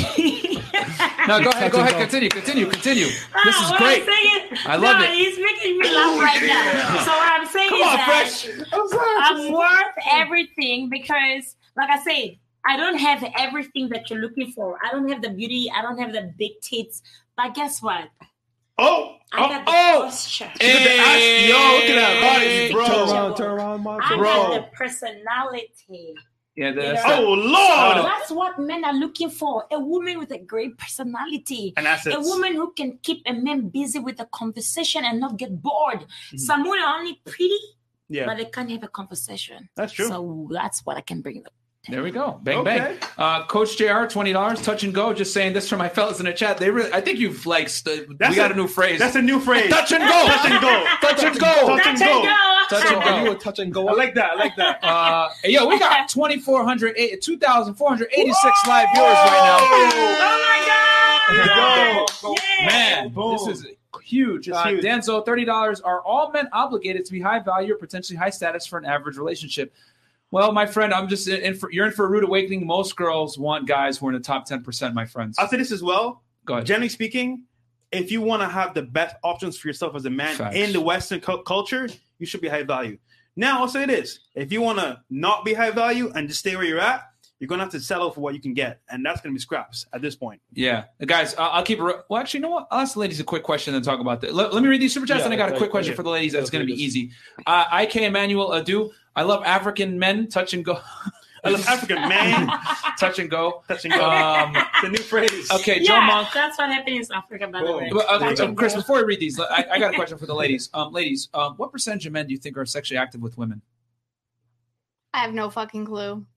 No, go Keep ahead. Go touching ahead. both. Continue. Continue. Continue. Ah, This is what great. I'm saying, I love no, it. He's making me laugh right now. So, what I'm saying Come is on, that. Fresh. I'm sorry. I'm worth everything because, like I said, I don't have everything that you're looking for. I don't have the beauty. I don't have the big tits. But guess what? Oh, I oh, got the oh. posture. Look at the ass. Yo, look at that body, Turn bro. around, turn around, Mark. I turn Bro. got the personality. Yeah. That's, Yeah. oh. Oh, Lord. That's what men are looking for. A woman with a great personality. And assets. A woman who can keep a man busy with a conversation and not get bored. Some women are only pretty, Yeah, but they can't have a conversation. that's true. So that's what I can bring them. There we go. Bang Okay. bang. Uh, Coach Jr. Twenty dollars. Touch and go. Just saying this for my fellas in the chat. They really. I think you've like. St- we That's got a, a- new phrase. That's a new phrase. touch and go. Touch and go. Touch and go. Touch and go. Touch So and are you go. a touch and I go? like that. I like that. Uh, yo, we got 2,486 2,486 live viewers right now. Oh my Go. Yeah. Man, Boom. this is huge. It's Uh, huge. Danzo, thirty dollars. Are all men obligated to be high value or potentially high status for an average relationship? Well, my friend, I'm just in, in for, you're in for a rude awakening. Most girls want guys who are in the top ten percent. My friends, I'll say this as well. go ahead. Generally speaking, if you want to have the best options for yourself as a man Facts. in the Western cu- culture, you should be high value. Now, I'll say this: if you want to not be high value and just stay where you're at, you're gonna have to settle for what you can get, and that's gonna be scraps at this point. Yeah, guys, I'll, I'll keep it. real- Well, actually, you know what? I'll ask the ladies a quick question and talk about that. Let, let me read these super chats, Yeah, and I got a okay, quick question okay. for the ladies. That's Okay, going to be just- easy. Uh, Ik Emmanuel Adu, I love African men. Touch and go, I love African man, touch and go. touch and go. Um, it's a new phrase. okay, yeah, Joe Monk. That's what happened in South Africa, by the Boom. way. Well, uh, There you so, go. Chris, before we read these, I, I got a question for the ladies. Um, ladies, um, what percentage of men do you think are sexually active with women? I have no fucking clue.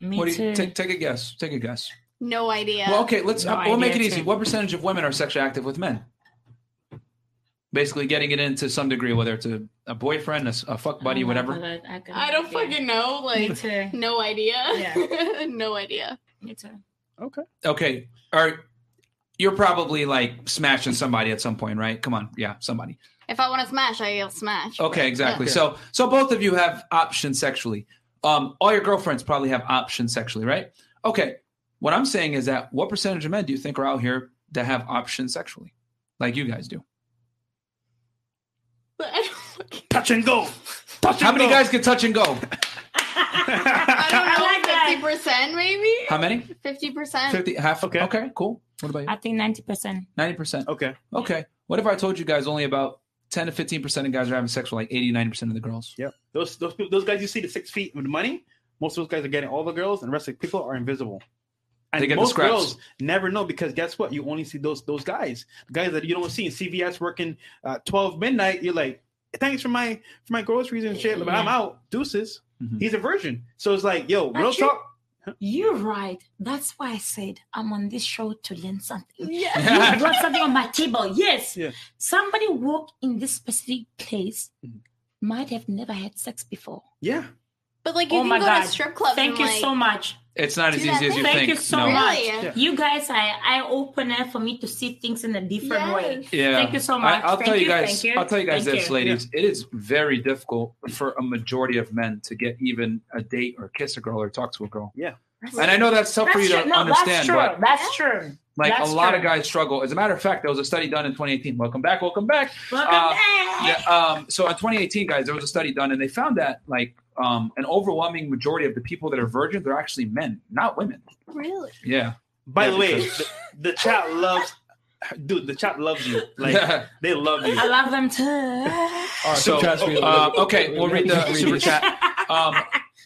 Me what do you, too. take, take a guess. Take a guess. No idea. Well, okay, let's No uh, we'll make it idea, easy. too. What percentage of women are sexually active with men? Basically, getting it into some degree, whether it's a, a boyfriend, a, s- a fuck buddy, Oh my whatever. God, I, got I don't it. fucking know. Me Like, too. no idea. Yeah. no idea. Me too. Okay. Okay. All right. You're probably like smashing somebody at some point, right? Come on. Yeah, somebody. If I want to smash, I'll smash. Okay, exactly. So so both of you have options sexually. Um, all your girlfriends probably have options sexually, right? Okay. What I'm saying is that what percentage of men do you think are out here that have options sexually? Like you guys do. But I don't, Touch and go. Touch and How many go. guys can touch and go? I don't know, like that. fifty percent maybe. How many? Fifty percent. Fifty half okay. Okay. Okay, cool. What about you? I think ninety percent. Ninety percent. Okay. Okay. What if I told you guys only about ten to fifteen percent of guys are having sex with like 80, 90 percent of the girls? Yeah. Those those people, those guys you see the six feet with money. Most of those guys are getting all the girls, and the rest of the people are invisible. And They get the most scraps. girls never know because guess what? You only see those those guys, the guys that you don't see in CVS working uh, twelve midnight. You're like, thanks for my for my groceries and shit, but I'm out. Deuces. Mhm. He's a virgin, so it's like, yo, Not real true. talk. You're right. That's why I said I'm on this show to learn something. Yeah. you brought something on my table. Yes. Yeah. Somebody walk in this specific place Mm-hmm. might have never had sex before. Yeah. But like you Oh can my go God. to strip clubs. Thank and, you like, so much. It's not as easy Do that as you thing. Thank think. you so no. much. Really? Yeah. You guys are eye opener for me to see things in a different way. Yeah. Thank you so much. I, will Thank tell you, you, guys. thank you, I'll tell you guys thank this, you. ladies. It is very difficult for a majority of men to get even a date or kiss a girl or talk to a girl. And I know that's tough for you to true. No, that's understand, true. but Uh, that's true. like That's a lot of true. guys struggle. As a matter of fact, there was a study done in 2018. Welcome back. Welcome back. Welcome Uh, back. Yeah, um, so in 2018, guys, there was a study done, and they found that like um, an overwhelming majority of the people that are virgins are actually men, not women. Really? Yeah. By Yeah, the way, because- the, the chat loves, dude. The chat loves you. Like they love you. I love them too. so uh, okay, we'll read the super chat. um,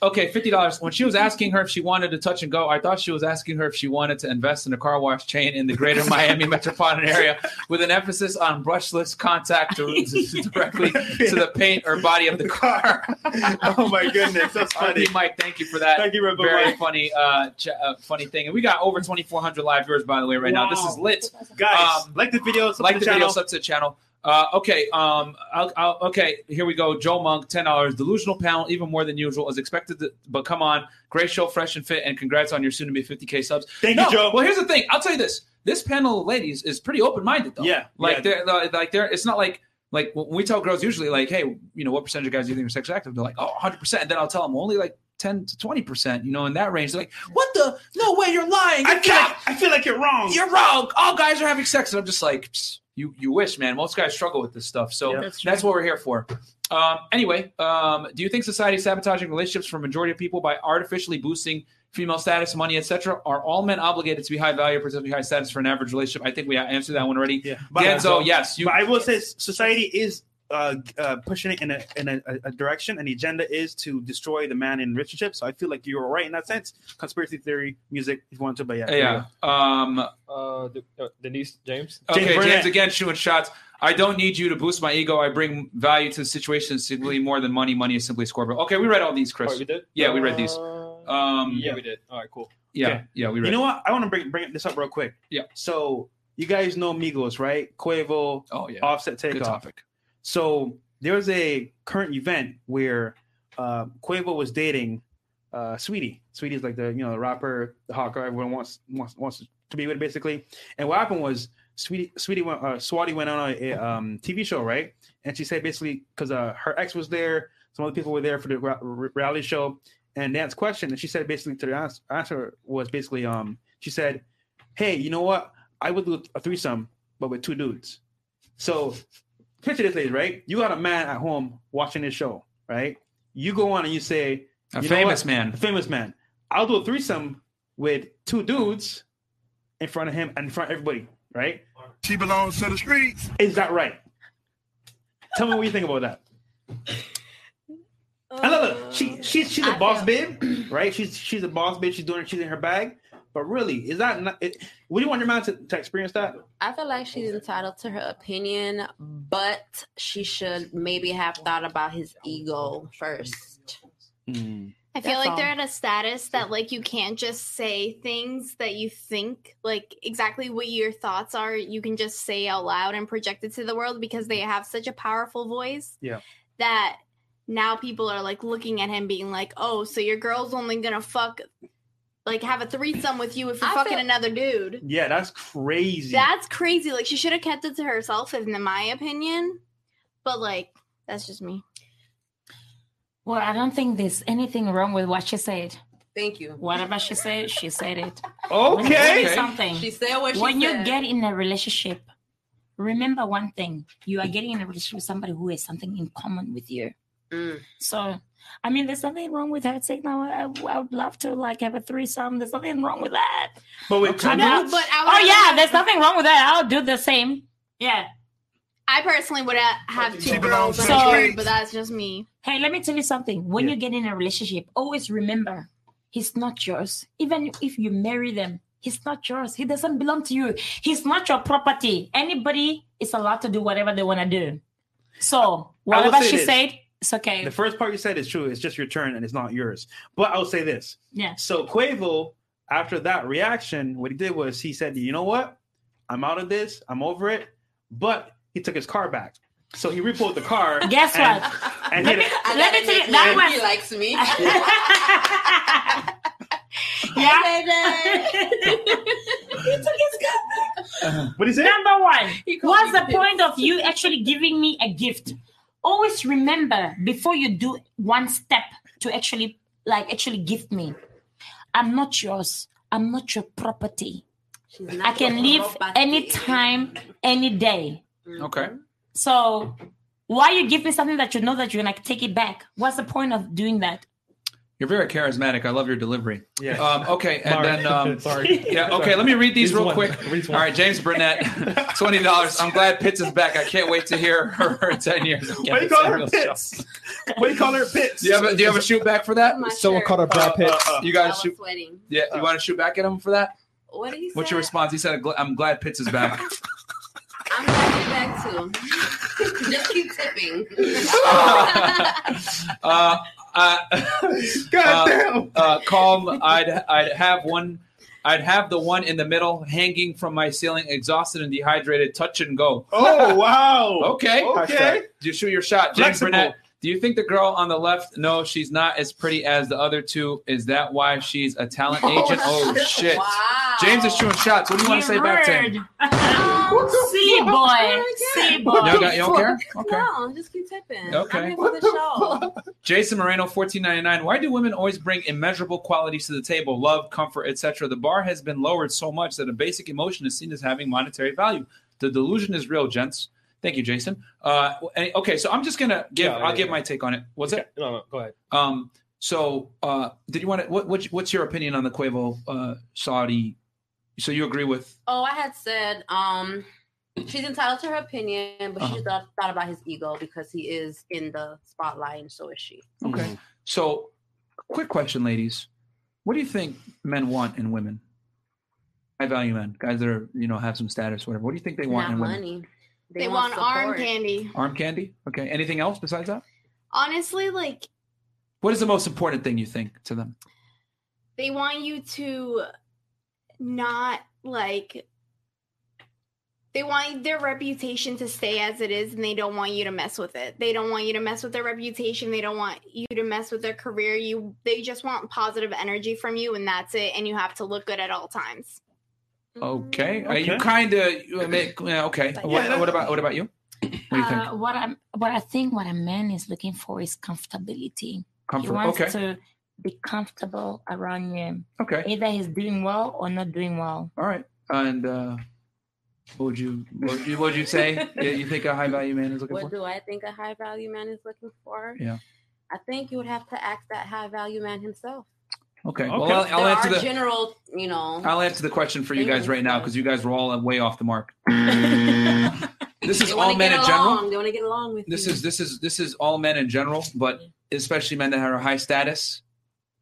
okay, fifty dollars. When she was asking her if she wanted to touch and go, I thought she was asking her if she wanted to invest in a car wash chain in the greater Miami metropolitan area, with an emphasis on brushless contact to, directly to the paint or body of the car. oh my goodness, that's funny. RP Mike, thank you for that. Thank you, Rebel Very Mike. funny, uh, ch- uh, funny thing. And we got over twenty four hundred live viewers by the way right now. This is lit Guys, Um, like the video, sub like to the the channel. video, sub to the channel. Uh, okay, um, I'll, I'll, okay. Here we go. Joe Monk, ten dollars. Delusional panel, even more than usual, is expected. To, but come on, great show, fresh and fit, and congrats on your soon-to-be 50k subs. Thank No, you, Joe. Well, here's the thing. I'll tell you this: this panel of ladies is pretty open-minded, though. yeah, like yeah. they're they're- like they're. It's not like like when we tell girls usually like, hey, you know, what percentage of guys do you think are sex active? They're like, oh, 100 percent. And then I'll tell them only like. 10 to 20%, you know, in that range. They're like, what the? No way, you're lying. I You're feel, not- like, I feel like you're wrong. you're wrong. All guys are having sex, and I'm just like, "Psst, you you wish, man. Most guys struggle with this stuff, so Yeah. that's, what we're here for. Um, anyway, um, do you think society is sabotaging relationships for a majority of people by artificially boosting female status, money, etc.? Are all men obligated to be high value, particularly high status for an average relationship? I think we answered that one already. yeah, but, Genzo, yes, you. but I will say society is uh, uh, pushing it in a in a, a- a direction, and the agenda is to destroy the man in relationship. So I feel like you're right in that sense. Conspiracy theory, music, if you want to, but yeah, there you yeah. Um, Uh, De- uh, Denise James. okay, James James, Burnett. again shooting shots. I don't need you to boost my ego. I bring value to the situation simply more than money. Money is simply a scoreboard. Okay, we read all these, Chris. Oh, we did. Yeah, we read these. Uh, Um, yeah, we did. All right, cool. Yeah, Okay. yeah, we go. read. You know what? I want to bring bring this up real quick. Yeah. So you guys know Migos, right? Quavo, oh yeah, Offset, good Takeoff. topic. So there was a current event where uh, Quavo was dating uh, Sweetie. Sweetie's like the you know the rapper, the hawker everyone wants wants wants to be with basically. And what happened was Sweetie Sweetie went uh, Swati went on a, um, TV show right, and she said basically because uh, her ex was there, some other people were there for the ra- r- reality show, and that's question, and she said basically to the ans- answer was basically um she said, hey you know what I would do a threesome but with two dudes, so picture this lady, right? You got a man at home watching this show, right? You go on and you say, A You know famous what? a man. famous man, I'll do a threesome with two dudes in front of him and in front of everybody, right? She belongs to the streets. Is that right? Tell me what you think about that. And look, look, she she's she's a I boss babe, right? She's she's a boss babe. She's doing she's in her bag. But really, is that not? It, would you want your man to, to experience that? I feel like she's entitled to her opinion, but she should maybe have thought about his ego first. I feel That's like all. they're at a status that like you can't just say things that you think like exactly what your thoughts are. You can just say out loud and project it to the world because they Mm-hmm. have such a powerful voice. Yeah. That now people are like looking at him being like, "Oh, so your girl's only gonna fuck like have a threesome with you if you're I fucking feel- another dude. Yeah, that's crazy. That's crazy. Like she should have kept it to herself, in my opinion. But like, that's just me. Well, I don't think there's anything wrong with what she said. Thank you. Whatever she said, she said it. Let me tell okay. you Okay. something. She said what she when you said. get in a relationship, remember one thing: you are getting in a relationship with somebody who has something in common with you. Mm. So, I mean, there's nothing wrong with her saying, "No, I, I would love to like have a threesome." There's nothing wrong with that. But with Okay. two No, dudes? but I would Oh yeah, have- there's nothing wrong with that. I'll do the same. Yeah. I personally would ha- have She two belongs girls, and to a the dude, but that's just me. Hey, let me tell you something. When Yeah. you get in a relationship, always remember he's not yours. Even if you marry them, he's not yours. He doesn't belong to you. He's not your property. Anybody is allowed to do whatever they want to do. So I will whatever say she this. said, it's okay. The first part you said is true. It's just your turn and it's not yours. But I'll say this. yeah. So Quavo, after that reaction, what he did was he said, "You know what? I'm out of this. I'm over it." But he took his car back. So he repoed the car. Guess and- what? And hit Let me, it. let me tell you that one. one. He likes me. yeah. Baby. What is it? Number one. He called What's me the point of you actually giving me a gift? Always remember before you do one step to actually like actually gift me. I'm not yours. I'm not your property. She's not I can your leave property. anytime, any day. Okay. So why you give me something that you know that you're gonna take it back? What's the point of doing that? You're very charismatic. I love your delivery. Yes. Um, okay, and Sorry. then um, Sorry. yeah. Okay, let me read these Read real one. quick. Read All one. right, James Burnett, twenty dollars. I'm glad Pitts is back. I can't wait to hear her in ten years. What do you call her pits? What do you call her pits? Do you have a, do you have a shoot back for that? My Someone shirt. called her Brad Pitt. You I guys was shoot. sweating. Yeah, you want to shoot back at him for that? What did he say? What's your response? He said, "Gl- "I'm glad Pitts is back." I'm glad you're back too. Just keep tipping. uh, uh, God damn. uh, calm. I'd I'd have one. I'd have the one in the middle, hanging from my ceiling, exhausted and dehydrated. Touch and go. Oh wow. Okay. Okay. You shoot your shot, James Flexible. Burnett. Do you think the girl on the left? No, she's not as pretty as the other two. Is that why she's a talent agent? Oh shit! Wow. James is shooting shots. What do you want to say back to him? him? See boy. See boy. No, you, got, you don't care. Okay. No, just keep tipping. Okay. I'm here for the show. Jason Moreno, fourteen ninety nine. Why do women always bring immeasurable qualities to the table? Love, comfort, etc. The bar has been lowered so much that a basic emotion is seen as having monetary value. The delusion is real, gents. Thank you, Jason. Uh, and- okay, so I'm just gonna give. Yeah, I'll yeah, give yeah. my take on it. What's it? No, no, go ahead. Um, so, uh, did you want to? What, what, what's your opinion on the Quavo uh, Saudi? So you agree with? Oh, I had said um, she's entitled to her opinion, but she Uh-huh. thought, thought about his ego because he is in the spotlight, and so is she. Okay. So, quick question, ladies: What do you think men want in women? High value men, guys that are you know have some status, whatever. What do you think they want Not in women? money. They, want, arm support. candy. Arm candy. Okay. Anything else besides that? Honestly, like What is the most important thing you think to them? they want you to not like they want their reputation to stay as it is and they don't want you to mess with it they don't want you to mess with their reputation they don't want you to mess with their career you they just want positive energy from you and that's it and you have to look good at all times Okay. Mm. Uh, you Okay. kind of make yeah, okay. What, what about what about you? What do you think? Uh, what I'm, what I think, what a man is looking for is comfortability. He Comfort. wants Okay. to be comfortable around you, Okay. either he's doing well or not doing well. All right. And uh, what would you what would you, what would you say? you, you think a high value man is looking What for? do I think a high value man is looking for? Yeah. I think you would have to ask that high value man himself. Okay. Well, Okay. I'll, I'll there answer are the Uh, general, you know. I'll answer the question for you guys right now because you guys were all way off the mark. Mm. This is they all wanna men get in along. general. They want to get along with This you. is this is this is all men in general, but especially men that are high status.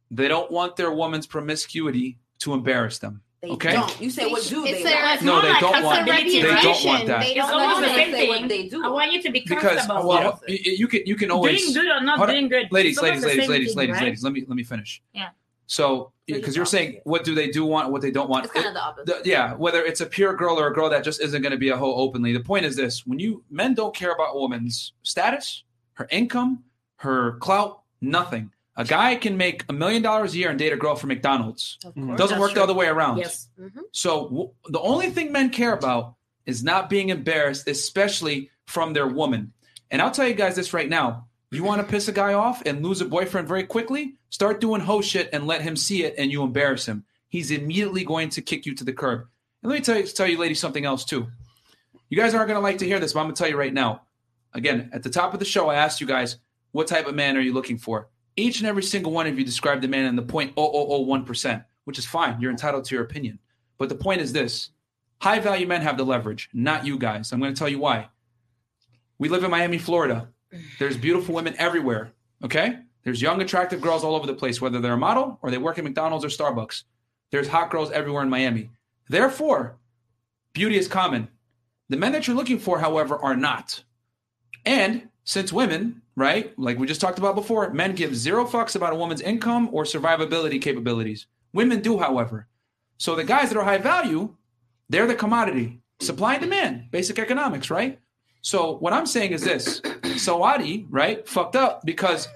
They don't want their woman's promiscuity to embarrass them. They okay. don't. You said what do they it's want? their, It's No, more they like don't want- comfortability, they don't right? want that. They It's don't almost want the they same it. say what thing. they do. I want you to be Because comfortable. well, you, you can you can always doing good or not Hold on. doing good. ladies, it's ladies, almost ladies, the same ladies, thing, ladies, right? ladies. Let me let me finish. Yeah. So, you because you're saying what do they do want, what they don't want. It's kind It- of the opposite. Uh, the- yeah, whether it's a pure girl or a girl that just isn't going to be a hoe openly. The point is this: when you men don't care about a woman's status, her income, her clout, nothing. A guy can make a million dollars a year and date a girl from McDonald's. Of Mhm. course. Doesn't That's work the true. other way around. Yes. So w- the only thing men care about is not being embarrassed, especially from their woman. And I'll tell you guys this right now. You want to piss a guy off and lose a boyfriend very quickly? Start doing hoe shit and let him see it and you embarrass him. He's immediately going to kick you to the curb. And let me tell you, tell you ladies, something else too. You guys aren't going to like to hear this, but I'm going to tell you right now. Again, at the top of the show, I asked you guys, what type of man are you looking for? Each and every single one of you described the man in the 0.0001%, which is fine. You're entitled to your opinion. But the point is this high value men have the leverage, not you guys. I'm going to tell you why. We live in Miami, Florida. There's beautiful women everywhere. Okay. There's young, attractive girls all over the place, whether they're a model or they work at McDonald's or Starbucks. There's hot girls everywhere in Miami. Therefore, beauty is common. The men that you're looking for, however, are not. And since women, right, like we just talked about before, men give zero fucks about a woman's income or survivability capabilities. Women do, however. So the guys that are high value, they're the commodity, supply and demand, basic economics, right? So what I'm saying is this: Sawadi, right, fucked up because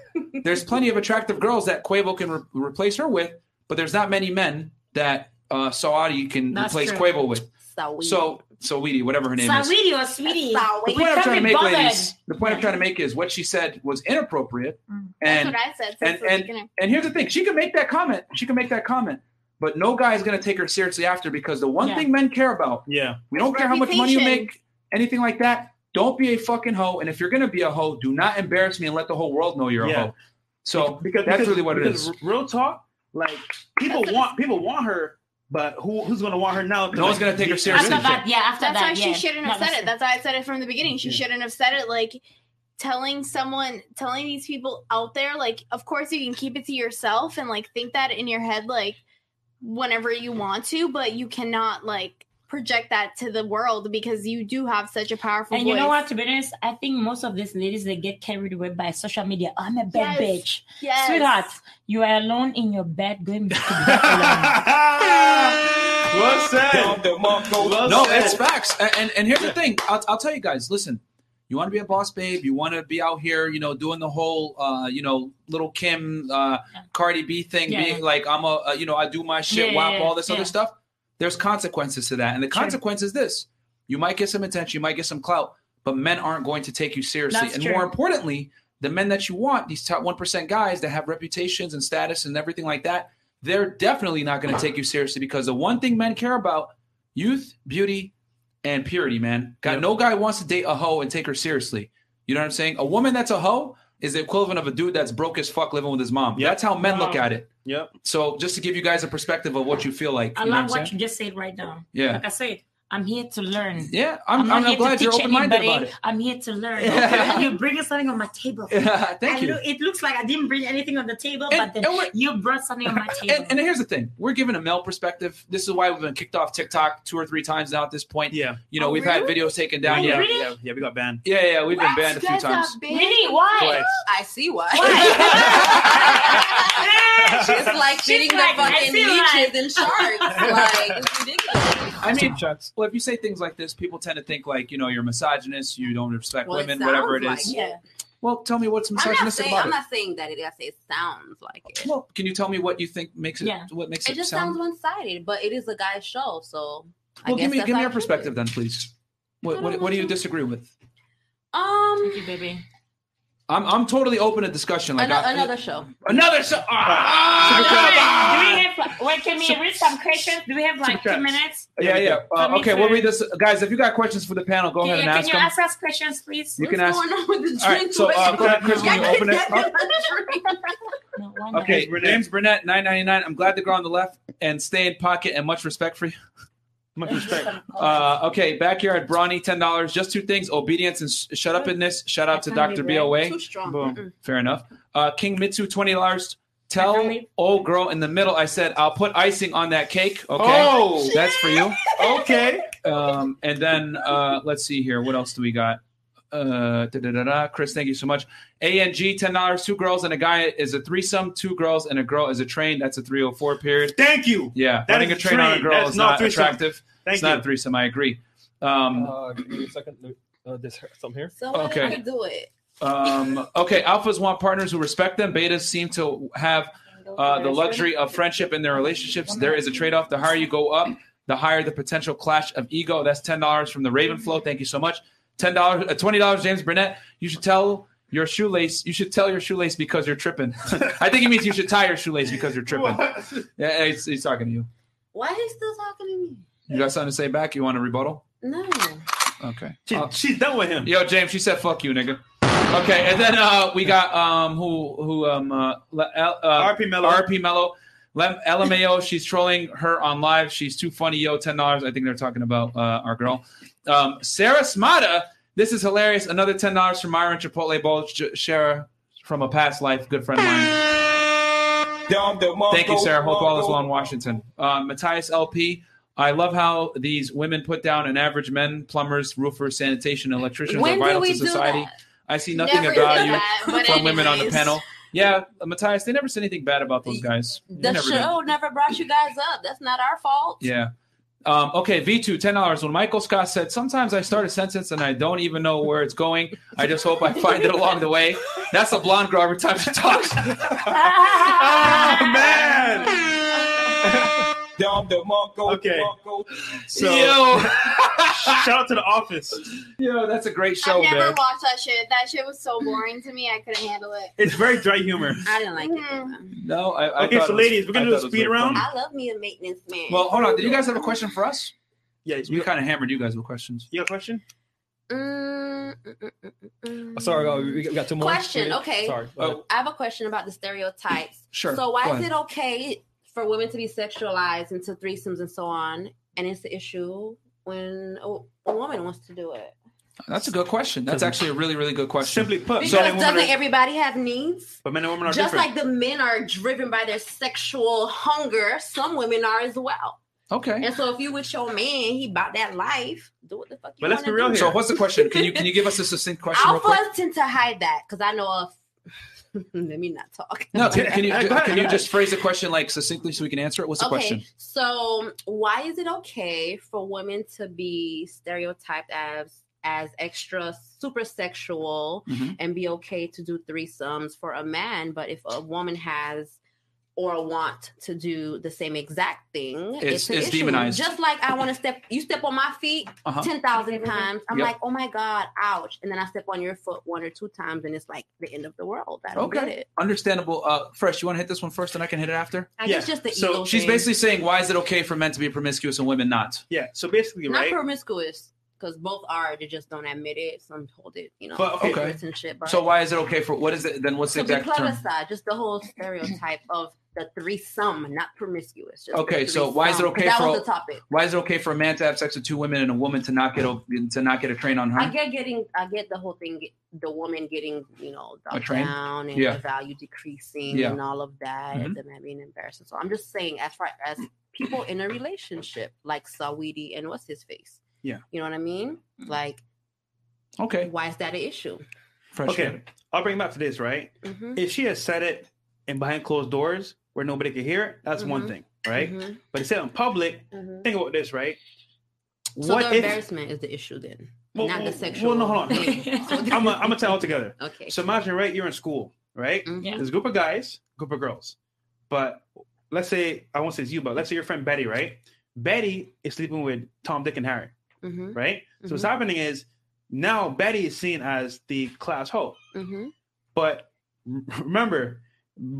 there's plenty of attractive girls that Quavo can re- replace her with, but there's not many men that uh, Sawadi can That's replace true. Quavo with. So we. So Saweetie, whatever her name is. Sweetie or sweetie. The So point I'm Can't trying to be make, bothered. ladies, the point I'm trying to make is what she said was inappropriate, Mm. That's and what I said. and- Since and- the beginning. and here's the thing: she can make that comment. She can make that comment, but no guy is going to take her seriously after because the one Yeah. thing men care about, Yeah. we don't care how much money you Reputation. make, anything like that. Don't be a fucking hoe, and if you're going to be a hoe, do not embarrass me and let the whole world know you're Yeah. a hoe. So that's really what it because is. r- Real talk, like people That's what want people want her, but who who's gonna want her now? No one's gonna take her After seriously. that, yeah, after That's that. why yeah. she shouldn't have That said was- it. That's why I said it from the beginning. She shouldn't have said it. Like telling someone, telling these people out there, like, of course you can keep it to yourself and like think that in your head, like whenever you want to, but you cannot like project that to the world because you do have such a powerful And voice. you know what? To be honest, I think most of these ladies they get carried away by social media. I'm a bad Yes. bitch, Yes. sweetheart. You are alone in your bed going to bed alone. well said. Well No, said. it's facts. And and, and here's the thing. I'll, I'll tell you guys. Listen, you want to be a boss babe. You want to be out here, you know, doing the whole, uh, you know, little Kim, uh, Cardi B thing, Yeah. being like, I'm a, uh, you know, I do my shit, Yeah, WAP, yeah, all this yeah. other stuff. There's consequences to that, and the Sure. consequence is this: you might get some attention, you might get some clout, but men aren't going to take you seriously. That's and true. more importantly, the men that you want, these top one percent guys that have reputations and status and everything like that, they're definitely not going to take you seriously because the one thing men care about youth, beauty, and purity, man. God, No guy wants to date a hoe and take her seriously. You know what I'm saying? A woman that's a hoe is the equivalent of a dude that's broke as fuck living with his mom. Yep. That's how men look Wow. at it. Yep. So just to give you guys a perspective of what you feel like. I you know love what I'm what saying? you just said right now. Yeah. Like I said, I'm here to learn. Yeah. I'm, I'm, here glad to you're teach open minded about anybody. it. I'm here to learn. Yeah. you bring something on my table. Yeah, I Thank you. Lo- it looks like I didn't bring anything on the table, but And, then and we're- you brought something on my table. and, and here's the thing we're giving a male perspective. This is why we've been kicked off TikTok two or three times now at this point. Yeah. You know, Oh, we've had videos taken Oh, down. Yeah. really? yeah, yeah, we got banned. Yeah, yeah, we've been banned a few Guys are times. big. really? Why? Twice. I see why. Ah, She's like She's getting like, the I fucking see why. leeches and sharks. Like it's ridiculous. I mean, well, if you say things like this, people tend to think like, you know, you're a misogynist, you don't respect Well, it women, whatever it sounds is. like it. yeah. Well, tell me what's I'm not misogynistic saying about I'm it. not saying that it. I say it sounds like it. Well, can you tell me what you think makes it? Yeah. What makes it, It just sound? sounds one sided, but it is a guy's show, so I well, guess give me that's give how me your I feel. perspective then, please. What don't what, what do you know. disagree with? Um, Thank you, baby. I'm I'm totally open to discussion. Like ano- I- another show. another so- Do we ah, have, like- wait, can we read some questions? Do we have like two Subtract. minutes? yeah, yeah. Uh, Let me okay, we'll try. read this, guys. If you got questions for the panel, go Can, ahead and you, can ask you them. ask us questions, please? You What's can going ask. on with the drink? All right, so uh, go ahead, Chris. Yeah, Can you open it? up? No, one Okay, James Burnett. James Burnett, nine ninety nine. I'm glad to go on the left and stay in pocket and much respect for you. Much respect. Uh, okay, backyard brawny, ten dollars. Just two things: obedience and sh- shut up in this. Shout out to Doctor Boa. Too strong. Boom. Mm-mm. Fair enough. Uh, King Mitsu, twenty dollars. That's Tell only- old girl in the middle. I said I'll put icing on that cake. Okay, Oh, that's for you. okay. Um, and then uh, let's see here. What else do we got? Uh, da-da-da-da. Chris, thank you so much. ANG, ten dollars. Two girls and a guy is a threesome. Two girls and a girl is a train. That's a three hundred four period. Thank you. Yeah, That running is a train on a train. girl That's is not not threesome. attractive. Thank it's you. not a threesome. I agree. Um, Uh, give me a second. Uh, this some here. Somebody Okay. could do it. Um, okay, alphas want partners who respect them. Betas seem to have uh, the luxury of friendship in their relationships. There is a trade off. The higher you go up, the higher the potential clash of ego. That's ten dollars from the Raven Flow. Thank you so much. Ten dollars, uh, twenty dollars, James Burnett. You should tell your shoelace. You should tell your shoelace because you're tripping. I think he means you should tie your shoelace because you're tripping. Yeah, he's, he's talking to you. Why are you still talking to me? You got something to say back? You want a rebuttal? No. Okay. She, Uh, she's done with him. Yo, James, she said "fuck you, nigga." Okay, and then uh, we got um, who who um, uh, Le- L- uh, RP Mellow. RP Mello, Lem- LMAO. She's trolling her on live. She's too funny. Yo, ten dollars. I think they're talking about uh, our girl, um, Sarah Smata. This is hilarious. Another ten dollars from Myron Chipotle Bowl. J- Sarah from a past life, good friend of mine. Thank you, Sarah. Hope all is well in Washington. Uh, Matthias LP. I love how these women put down an average men, plumbers, roofers, sanitation, electricians When are vital do we to do society. that? I see nothing Never of do value that, from but women on the anyways. panel. Yeah, Matthias, they never said anything bad about those guys. They The never did. show never brought you guys up. That's not our fault. Yeah. Um, okay, V2, $10. When Michael Scott said, Sometimes I start a sentence and I don't even know where it's going. I just hope I find it along the way. That's a blonde girl every time she talks. Oh man. Okay. So, yo, Shout out to the office. yo, that's a great I've show, never man. watched that shit. That shit was so boring to me. I couldn't handle it. It's very dry humor. I didn't like it. Mhm. No, I, I Okay, thought so it was- ladies, we're gonna I do a thought it was speed very round? funny. I love me a maintenance man. Well, hold on. Did you guys have a question for us? Yeah. We You kind of hammered you guys with questions. got a question? Mm, mm, mm, mm, mm, Oh, sorry, mm. oh, we we got two more. Question, Maybe? okay. Sorry. go Oh, ahead. I have a question about the stereotypes. Sure. So why Go is ahead. it okay for women to be sexualized into threesomes and so on, and it's the issue when a, a woman wants to do it? That's a good question. That's Simply- actually a really, really good question. Simply put, Because So- men and women doesn't are- everybody have needs? but men and women are Just different. like the men are driven by their sexual hunger, some women are as well. Okay. And so if you with your man, he about that life, do what the fuck you But let's be wanna real do. here. So what's the question? Can you can you give us a succinct question real quick? Alphas tend to hide that because I know of. Let me not talk. No, can, can you Go ahead, can go you ahead. just phrase the question like succinctly so we can answer it? What's the question? So, why is it okay for women to be stereotyped as as extra super sexual Mhm. and be okay to do threesomes for a man, but if a woman has or want to do the same exact thing, It's- an it's issue. demonized. Just like I want to step, you step on my feet Uh-huh. ten thousand times. I'm Yep. like, oh my god, ouch! And then I step on your foot one or two times, and it's like the end of the world. I don't Okay. get it. Understandable. Uh, Fresh, you want to hit this one first, and I can hit it after. I Yeah. guess just the So ego. She's thing. basically saying, why is it okay for men to be promiscuous and women not? yeah. So basically, not right? promiscuous because both are they just don't admit it some hold it you know But, okay. secrets and shit but So why is it okay for what is it? Then what's the to be exact term? plebiscite just the whole stereotype of the threesome not promiscuous just the Okay, so why is it threesome, 'cause okay that for was a- the topic Why is it okay for a man to have sex with two women and a woman to not get a to not get a train on I her? get getting, I get the whole thing, the woman getting, you know, dumped train? down and Yeah. the value decreasing Yeah. and all of that, Mhm. and that being embarrassing. So I'm just saying, as far as people in a relationship, like Saweetie and what's his face, Yeah. you know what I mean? Mm-hmm. Like, Okay, why is that an issue? Fresh. Okay. I'll bring it back to this, right? Mhm, If she has said it in behind closed doors where nobody could hear it, that's one Mhm. thing, right? mhm, Mm-hmm. But to say it in public, mhm. think about this, right? So the embarrassment is the issue then, Well, not well, the sexual. Well, no, Um, hold on. thing. I'm gonna I'm gonna tell it all together. okay. So imagine, right? You're in school, right? Mhm. Yeah. There's a group of guys, group of girls, but let's say I won't say it's you, but let's say your friend Betty, right? Betty is sleeping with Tom, Dick, and Harry, Mhm, right? So what's Mhm. happening is now Betty is seen as the class hoe, mhm. but remember,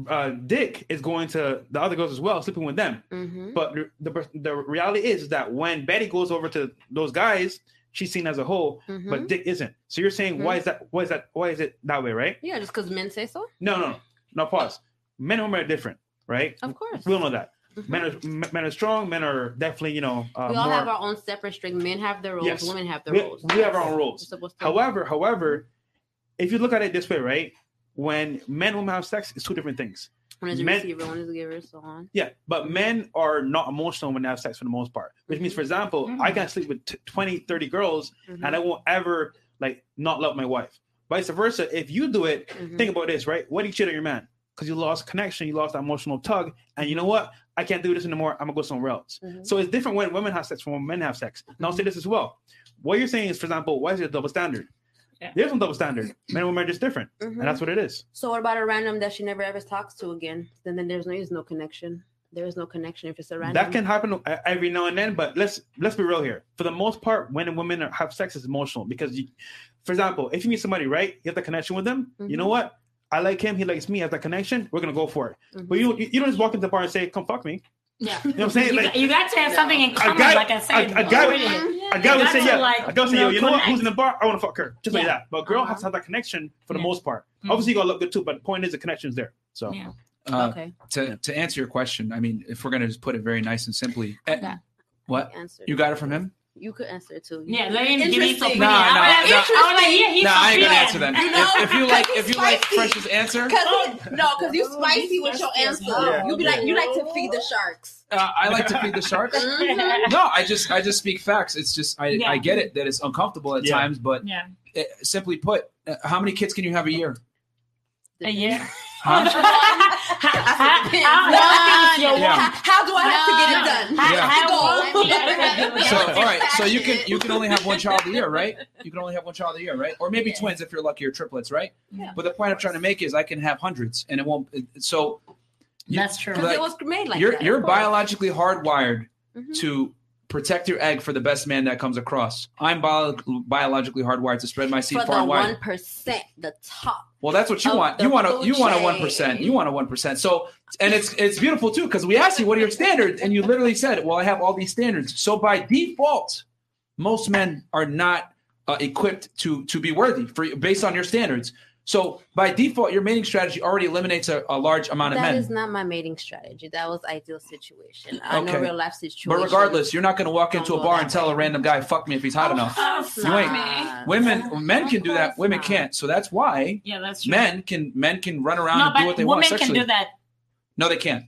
uh, Dick is going to the other girls as well, sleeping with them. Mhm. But the, the the reality is that when Betty goes over to those guys, she's seen as a hoe, Mhm. but Dick isn't. So you're saying why is that? Why is that? Why is it that way? Right? yeah, just because men say so, No, no, no. No, pause. Men and women are different, right? of course. We all know that. Mhm. Men are m- men are strong. Men are definitely you know uh, we all more. have our own separate string. Men have their roles, Yes. women have their we, roles. we have our own We're rules. supposed to- However, however, if you look at it this way, right? When men and women have sex, it's two different things. one is a men- receiver, one is a giver, so on. Yeah, but men are not emotional when they have sex for the most part. Which means, for example, I Mm-hmm. can sleep with t- 20, 30 girls Mhm, and I won't ever like not love my wife. Vice versa, if you do it, mhm. think about this, right? What do you cheat on your man? Because you lost connection, you lost that emotional tug, and you know what? I can't do this anymore. I'm gonna go somewhere else. Mhm. So it's different when women have sex from when men have sex. And I'll say this as well. What you're saying is, for example, why is it a double standard? Yeah. There's no double standard. Men and women are just different, and that's what it is. Mm-hmm. So what about a random that she never ever talks to again? Then then there's no there's no connection. There is no connection if it's a random. That can happen uh, every now and then, but let's let's be real here. For the most part, when women are- have sex, it's emotional because, you, for example, if you meet somebody, right, you have that connection with them. You Mm-hmm. know what? I like him. He likes me. I have that connection. We're gonna go for it. But you you don't just walk into the bar and say, "Come fuck me." Mm-hmm. Yeah. You know what I'm saying? You, Like got, you got to have something in common, guy- like I said. a guy- already. a guy would got say, to, "Yeah." like, a girl say, you "Yo, know, you know what? connect. Who's in the bar? I want to fuck her." Just like Yeah. Uh-huh. that. But a girl has to have that connection for the Yeah. most part. Mhm. Obviously, you gotta look good too, but the point is the connection's there. So Yeah. Uh, okay. to to answer your question, I mean, if we're gonna just put it very nice and simply, eh, Yeah. what Answer. you got it from him? You could answer it too. Yeah, let him give me Interesting. some opinion. No, no, I no. want to hear his No, I ain't gonna answer opinion. that. You if, know, if you like, because if you it's like spicy. Fresh's answer, Cause no, cause you spicy with your answer. Yeah. You be like, you like to feed the sharks. uh, I like to feed the sharks. Mhm. Mm-hmm. No, I just I just speak facts. It's just I, Yeah. I get it that it's uncomfortable at Yeah. times, but Yeah. eh, simply put, uh, how many kids can you have a year? A year. Huh? How- depends. how- how long is your Yeah. walk? How, how do I have to get it done? How- Yeah. how Go. long do you have to do it? So all right, so you can you can only have one child a year, right? You can only have one child a year, right? Or maybe Yeah. twins if you're lucky, or triplets, right? Yeah. But the point I'm trying to make is I can have hundreds, and it won't. it- So You- That's true. Because Like, it was made like you're that. you're biologically hardwired Mhm. to protect your egg for the best man that comes across. I'm bio- biologically hardwired to spread my seed for far the and wide. one percent, the top. Well, that's what you of want. the You want a you want a food one percent. chain. You want a one percent. So and it's it's beautiful too because we asked you what are your standards and you literally said, well, I have all these standards. So by default, most men are not uh, equipped to to be worthy for based on your standards. So by default, your mating strategy already eliminates a, a large amount That of is men. not my mating strategy. That was ideal situation. I know Okay. real life situation. but regardless, you're not going to walk into a Don't go bar that and tell way. a random guy, "Fuck me if he's hot enough." Oh, You ain't. Nah. Women, men can do that. Women can't. So that's why Yeah, that's true. men can men can run around no, and but do what they women want sexually. can do that. No, they can't.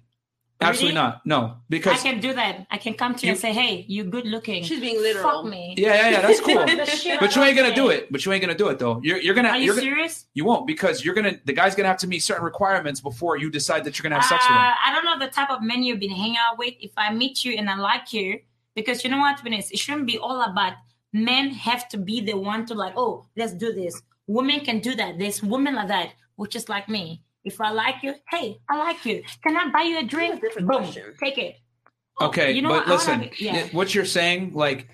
Absolutely Really? not. No, I because can do that. I can come to you, and say, "Hey, you're good looking." She's being literal. Fuck me. yeah, yeah, yeah, that's cool. The shit but I you ain't don't gonna do say. it. But you ain't gonna do it though. You're you're gonna Are you you are going to serious? you won't because you're gonna the guy's gonna have to meet certain requirements before you decide that you're gonna have sex with him. Uh, I don't know the type of men you've been hanging out with. If I meet you and I like you, because you know what, Venus, it shouldn't be all about men have to be the one to like, oh, let's do this. Women can do that. There's women like that, which is like me. If I like you, hey, I like you. Can I buy you a drink? Boom, take it. Oh, Okay, you know but what? I listen, wanna be- yeah. what you're saying, like,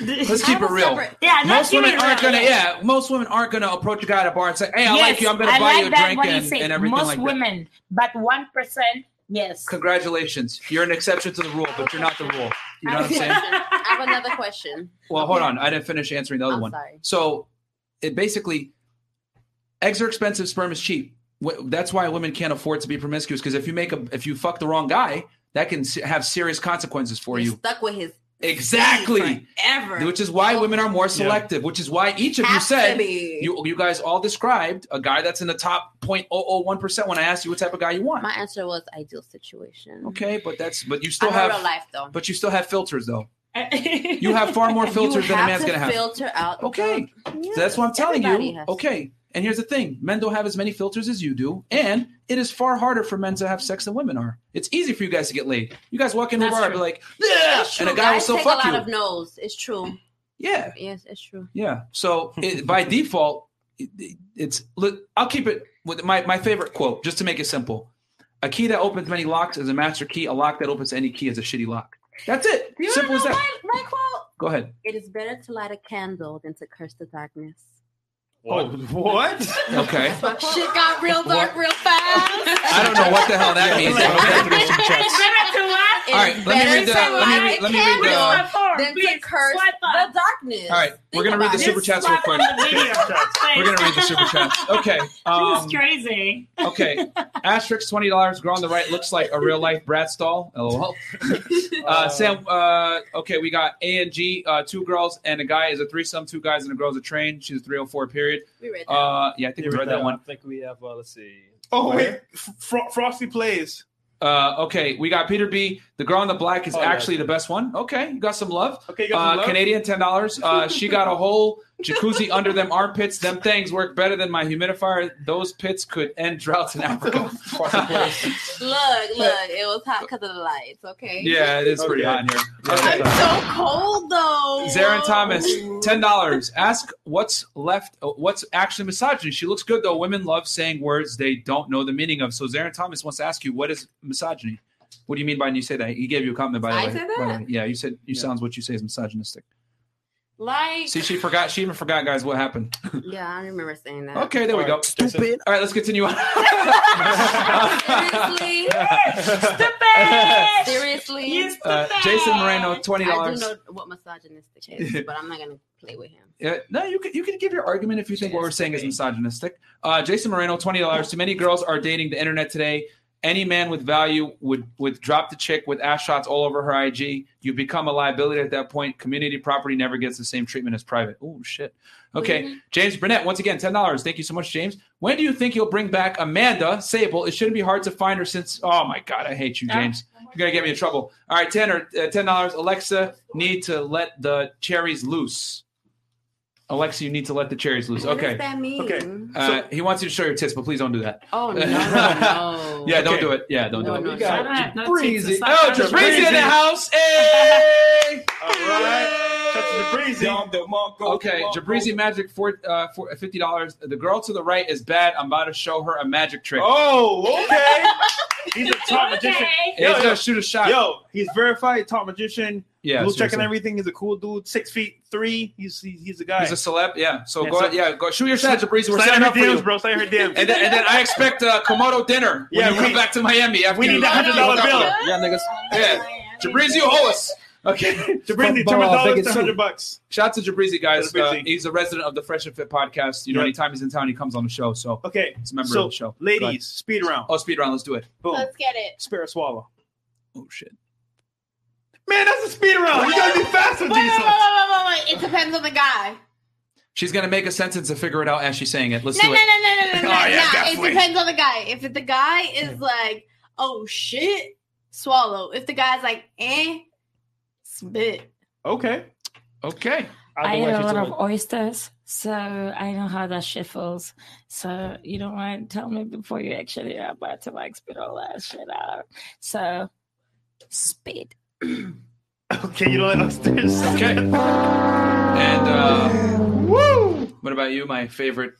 let's keep it real. Yeah, Most that's women human aren't right, gonna, yeah. most women aren't gonna approach a guy at a bar and say, "Hey, I like Yes, you. I'm gonna I buy like you a that drink what you and, said. and everything Most like that." women, but one percent, yes. Congratulations, you're an exception to the rule, but you're not the rule. You know what I'm saying? I have another question. Well, hold on. I didn't finish answering the other I'm one. sorry. So it basically, eggs are expensive, sperm is cheap. Wh- That's why women can't afford to be promiscuous because if you make a, if you fuck the wrong guy, that can se- have serious consequences for You're you. stuck with his Exactly. ever. Which is why women are more selective, which is why each of you said, you, you guys all described a guy that's in the top 0.001% when I asked you what type of guy you want. my answer was ideal situation. Okay, but that's, but you I still know have, real life though. but you still have filters though. You you have far more filters you than a have man's to going to have. filter out. Okay. the- So that's what I'm telling Everybody you. has- Okay. And here's the thing men don't have as many filters as you do. And it is far harder for men to have sex than women are. It's easy for you guys to get laid. You guys walk into a That's bar and true. be like, yeah. It's And true. a guy will Guys still take fuck a you. lot of no's. It's true. yeah. Yes, it's true. Yeah. So it, by default, it, it's, look, I'll keep it with my, my favorite quote just to make it simple. A key that opens many locks is a master key. A lock that opens any key is a shitty lock. That's it. Do you Simple as wanna know that. my, my quote? Go ahead. It is better to light a candle than to curse the darkness. Oh, what? Okay. Shit got real dark real fast. I don't know what the hell that means. but okay. All right, let me read the- let me read- let me read the- Then to curse the darkness. All right, we're gonna read the about super it. chats real quick. We're gonna read the super chats. Okay. Um, She's crazy. okay. Asterisk twenty dollars. Girl on the right looks like a real life Bratz doll. LOL. Uh, Sam. Uh, okay, we got A and G. Uh, two girls and a guy is a threesome. Two guys and a girl's a train. She's a three hundred four. Period. We read that. Uh, yeah, I think we read that I one. think we have. Uh, let's see. oh wait, Fro- Frosty plays. Uh, okay, we got Peter B. The girl in the black is Oh, yeah. actually the best one. Okay, you got some love. Okay, you got some Uh, love? Canadian ten dollars. Uh, she got a whole jacuzzi under them armpits. Them things work better than my humidifier. Those pits could end droughts in Africa. Look, look, it was hot because of the lights. Okay. yeah, it is pretty Okay. hot in here. Okay. I'm so cold though. Zarin Thomas, ten dollars. Ask what's left. uh, What's actually misogyny? She looks good though. Women love saying words they don't know the meaning of. So Zarin Thomas wants to ask you, what is misogyny? What do you mean by when you say that? He gave you a comment by the I way. said by the that. way. Yeah, you said you Yeah. sounds what you say is misogynistic. Like, See, she forgot. She even forgot, guys, what happened. yeah, I remember saying that. Okay, there we go. Stupid. All right, let's continue on. Seriously, Stupid. seriously. You stupid. Uh, Jason Moreno, twenty I do dollars. know what misogynistic is, but I'm not gonna play with him. Yeah, no, you can you can give your argument if you think what we're saying is misogynistic. Uh, Jason Moreno, twenty dollars. Too many girls are dating the internet today. Any man with value would would drop the chick with ass shots all over her IG. You become a liability at that point. Community property never gets the same treatment as private. Oh shit. Okay, James Burnett, once again, ten dollars. Thank you so much, James. When do you think you'll bring back Amanda Sable? It shouldn't be hard to find her since. Oh my god, I hate you, Yeah. James. You're gonna get me in trouble. All right, ten or uh, ten dollars. Alexa, need to let the cherries loose. Alexa, you need to let the cherries loose. What does Okay. that mean? Okay. Uh, he wants you to show your tits, but please don't do that. Oh no, no, no. Yeah, don't Okay. do it. Yeah, don't No, do no, it. no. I don't have no Breezy. tits. It's not Oh, kind Jabrizi of in breezy. the house. Hey! All right. Shout out to Breezy. Okay, Jabrizi Magic for, uh, for fifty dollars. The girl to the right is bad. I'm about to show her a magic trick. Oh, okay. He's a top magician. Okay. He's Yo, gonna yo, shoot a shot. yo, he's verified top magician. yeah, Blue checking seriously. everything. He's a cool dude. Six feet three. He's he's, he's a guy. He's a celeb. Yeah. So Yeah, go so- ahead. Yeah, go shoot your shot, Jabrizi. We're Slide setting her up for you. DMs, bro. Slide her DMs. And then, and then I expect uh, Komodo dinner when Yeah, you come we- back to Miami. After we you- need that $100 Yeah, bill. Yeah, niggas. Yeah. Jabrizi, you owe us. Okay. to bring the Bro, ten I think dollars it's to two. hundred bucks. Shout out to Jabrizi, guys. Jabrizi. Uh, he's a resident of the Fresh and Fit podcast. You know, Yeah. anytime he's in town, he comes on the show. So Okay, he's a member So, of the show. Go ahead. ladies, speed round. Oh, speed round. Let's do it. Boom. Let's get it. Spare a swallow. Oh, shit. Man, that's a speed round. You gotta be fast with Wait, wait, these. wait, wait, wait, wait. It depends on the guy. She's going to make a sentence and figure it out as she's saying it. Let's No, do no, it. no, no, no, no, no. Oh, yeah, nah, it definitely. depends on the guy. If the guy is like, oh shit, swallow. If the guy's like, eh, spit. Okay. Okay. I don't ate a want lot you to- of oysters, so I know how that shit feels. So you know what? Tell me before you actually are about to like spit all that shit out. So spit. Okay, you don't let us do this. Okay. And uh, what about you, my favorite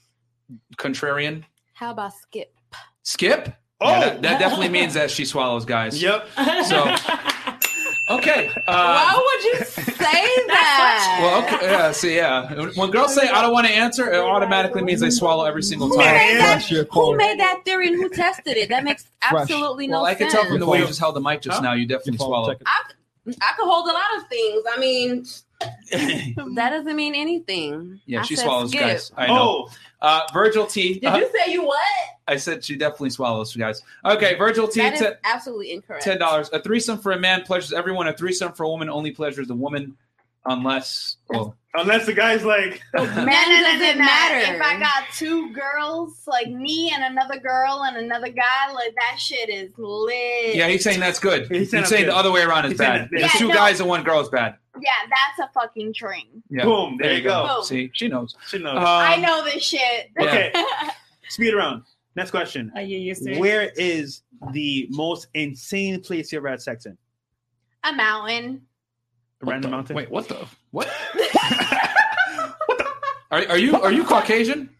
contrarian? How about skip? Skip? Oh. Yeah, that, that definitely means that she swallows, guys. Yep. So- uh, Okay. Uh, Why would you say that? That's Well, okay, yeah, see, yeah. When girls say, I don't want to answer, it automatically means they swallow every single Who time. made, that, Flush your who colon. made that theory and who tested it? That makes absolutely no Well, I can sense. tell from the way you Your just held the mic just Huh? now, you definitely swallowed. I could hold a lot of things. I mean, that doesn't mean anything. Yeah, I she said swallows, skip. guys. I know. Oh, Uh, Virgil T. Did uh, you say you what? I said she definitely swallows, guys. Okay, Virgil T. That is te- absolutely incorrect. Ten dollars. A threesome for a man pleasures everyone. A threesome for a woman only pleasures the woman, unless. Well, unless the guy's like, Man No, no, no, doesn't no, no. matter. If I got two girls, like me and another girl and another guy, like that shit is lit. yeah, he's saying that's good. He's He's saying saying, that's the good. other way around is He's saying bad. that- It's Yeah, two no. guys and one girl is bad. Yeah, that's a fucking train. Yeah. boom. There, you go. go. See, she knows. She knows. Um, I know this shit. yeah. Okay. Speed round. Next question. Are you used to it? Where is the most insane place you ever had sex in? A mountain. A random mountain. Wait, what the? What? Are, are you are you Caucasian?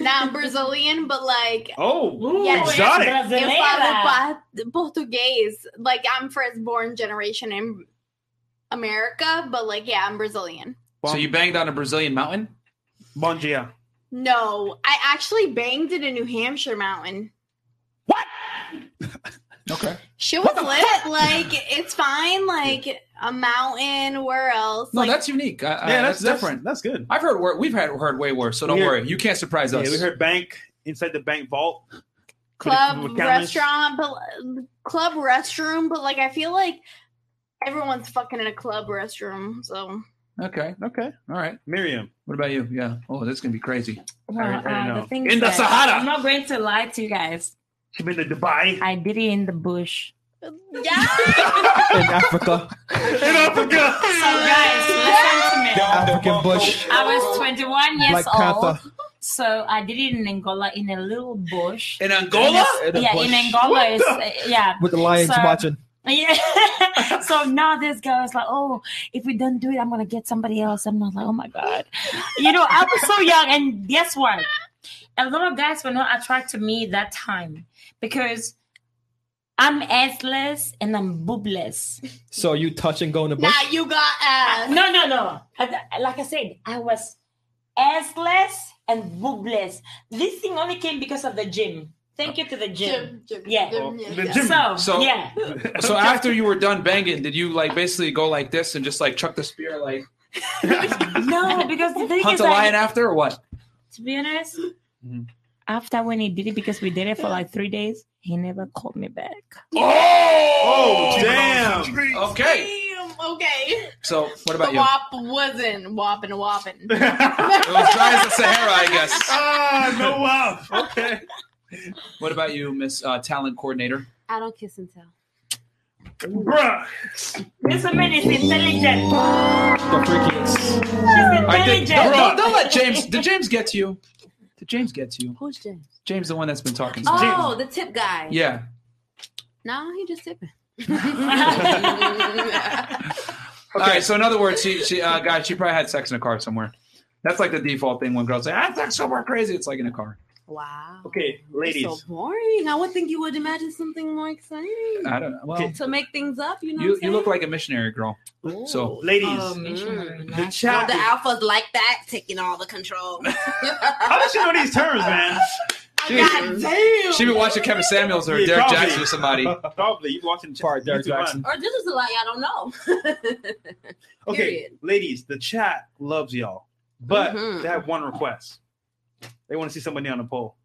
Now I'm Brazilian, but like Oh, Ooh, Yeah, exotic. it's eu brasileira. falo pa- Portuguese. Like I'm first born generation in America, but like yeah, I'm Brazilian. So you Uh, banged on a Brazilian mountain? bon dia. No, I actually banged in a New Hampshire mountain. Okay. Shit was lit. Like it's fine. Like a mountain. Where else? No, like that's unique. I, I, Yeah, that's, that's, different. That's, good. I've heard wor- we've had heard way worse, so don't We heard- worry. You can't surprise Yeah, us. we heard bank inside the bank vault. With- club with cameras. restaurant, but club restroom. But like I feel like everyone's fucking in a club restroom. So okay. Okay. All right. Miriam. What about you? Yeah. Oh, that's gonna be crazy. Well, I- I uh, know. the thing In is the that Sahara. I'm not going to lie to you guys. She been to Dubai. I did it in the bush. yeah. In Africa. In Africa. So guys, listen to me. African bush. I was 21 years Black Panther. old. So I did it in Angola in a little bush. In Angola? yeah, in Angola is yeah. With the lions So- watching. Yeah. so now this girl is like, oh, if we don't do it, I'm gonna get somebody else. I'm not like, oh my god. You know, I was so young, and guess what? A lot of guys were not attracted to me that time because I'm assless and I'm boobless. So you touch and go in the bush? Nah, you got ass. No, no, no. I- Like I said, I was assless and boobless. This thing only came because of the gym. Thank you to the gym. Jim, Jim, Yeah. Jim, yeah, The yeah. Jim. So, So- yeah. So after you were done banging, did you like basically go like this and just like chuck the spear like No, because the thing hunt is a like, lion after or what? to be honest, Mhm. after when he did it, because we did it for like three days, he never called me back. Oh, damn. Okay. Damn, okay. So what about The you? wop wasn't whopping whopping. It was dry as the Sahara, I guess. ah, no wow. Okay. What about you, Miss uh, Talent Coordinator? I don't kiss and tell. Bruh. This woman is intelligent. The freakiest. She's I think intelligent. don't, don't- don't let James. Did James get to you? Did James get to you? Who's James? James, the one that's been talking. to you. Oh, the tip guy. Yeah. No, he just tipping. All right. So in other words, she, she uh, guys, she probably had sex in a car somewhere. That's like the default thing when girls say, "I had sex somewhere crazy." It's like in a car. wow. Okay, ladies. So boring. I would think you would imagine something more exciting I don't know. Well, to make things up. You know, you what you I'm look like a missionary girl. saying? So Ladies. Um, the mm. Well, chat. the alphas like that, taking all the control. How does she know these terms, man? she God damn. she been watching Kevin Samuels or Yeah, Derek probably. Jackson or somebody. Probably. You're watching Sorry, Derek YouTube, man. Jackson. or this is a lot y'all don't know. Okay, Period. ladies, the chat loves y'all, but Mhm. they have one request. They want to see somebody on the poll.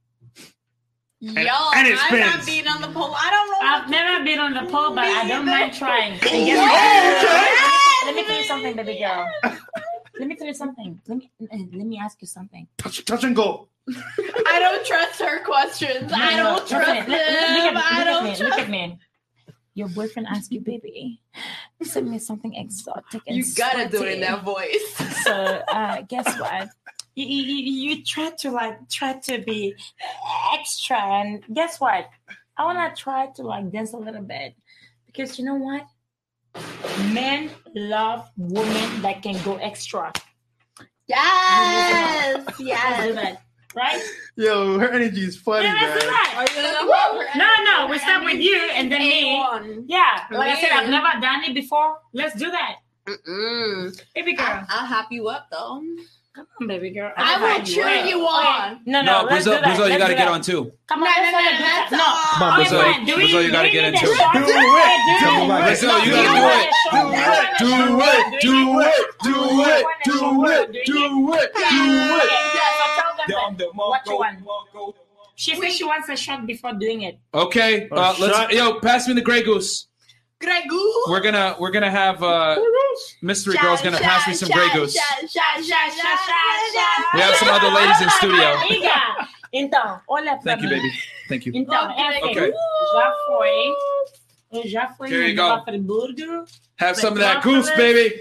Yo, and it I'm spins. not being on the pole. I don't know. I've never been on the pole, but I don't mind trying. And guess Oh, what? Let me tell you something, baby girl. Let me tell you something. Let me uh, let me ask you something. Touch, touch and go. I don't trust her questions. I No, no, don't look at trust me. Look- look- them. look I at me. don't Look trust. at me. Your boyfriend asked you, baby, send me something exotic. And You gotta do it in sweaty." that voice. So uh, guess what? You, you, you you try to like try to be extra, and guess what? I wanna try to like dance a little bit because you know what? Men love women that can go extra. Yes, Let's do yes. that, right? Yo, her energy is funny, Yeah, let's do that. No, no, we start with you and then me. A1. Yeah, like I said, I've Man. never done it before. Let's do that, Mm-mm. baby girl. I'll, I'll hop you up though. Come on, baby girl. I know how will cheer are. you on. Okay. No, no, No, let's do Brazil, that. Brazil, you Let's got to do get that. on too. Come No, on, no, let's no, do that. that's No. all. Come on, Okay, Brazil, fine. Do we- Brazil, you do gotta we get need into a it. shot? Do it. Okay, Do do it. it. Brazil, you Do gotta do it. it. Do it. Down the What you Mongo, want? Mongo. She said she wants a shot before doing it. Okay, Oh, uh, shut- let's yo pass me the Grey Goose. Gregu. We're gonna we're gonna have uh, mystery girl's gonna pass me some Grey Goose. We have some other ladies in studio. Amiga. Então, olha pra Thank you, mim. baby. Thank you. Então, é assim, Okay, já foi. Eu já fui Here you em go. Nova Friburgo. have some of that goose, baby.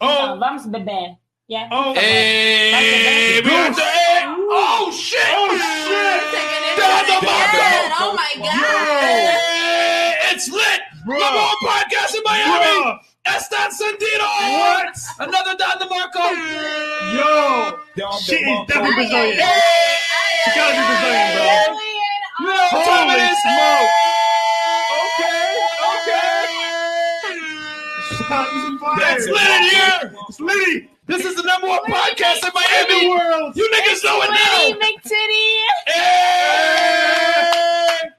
Então, Oh, vamos beber. Yeah. oh, Hey, we got the egg. Oh shit! oh, shit. Down the Good. bottom. Oh my god. Hey, It's lit. Bruh. Number one podcast in Miami. Bruh. Estan Sandino. What? Another Don DeMarco. Yo, Down the she is Mongo. definitely Brazilian. She gotta be Brazilian, Hey. bro. You know what time it Holy is. smoke. It's lit in here. It's Liddy. This is the number one podcast in Miami. world. You niggas know it now. McTitty. Hey!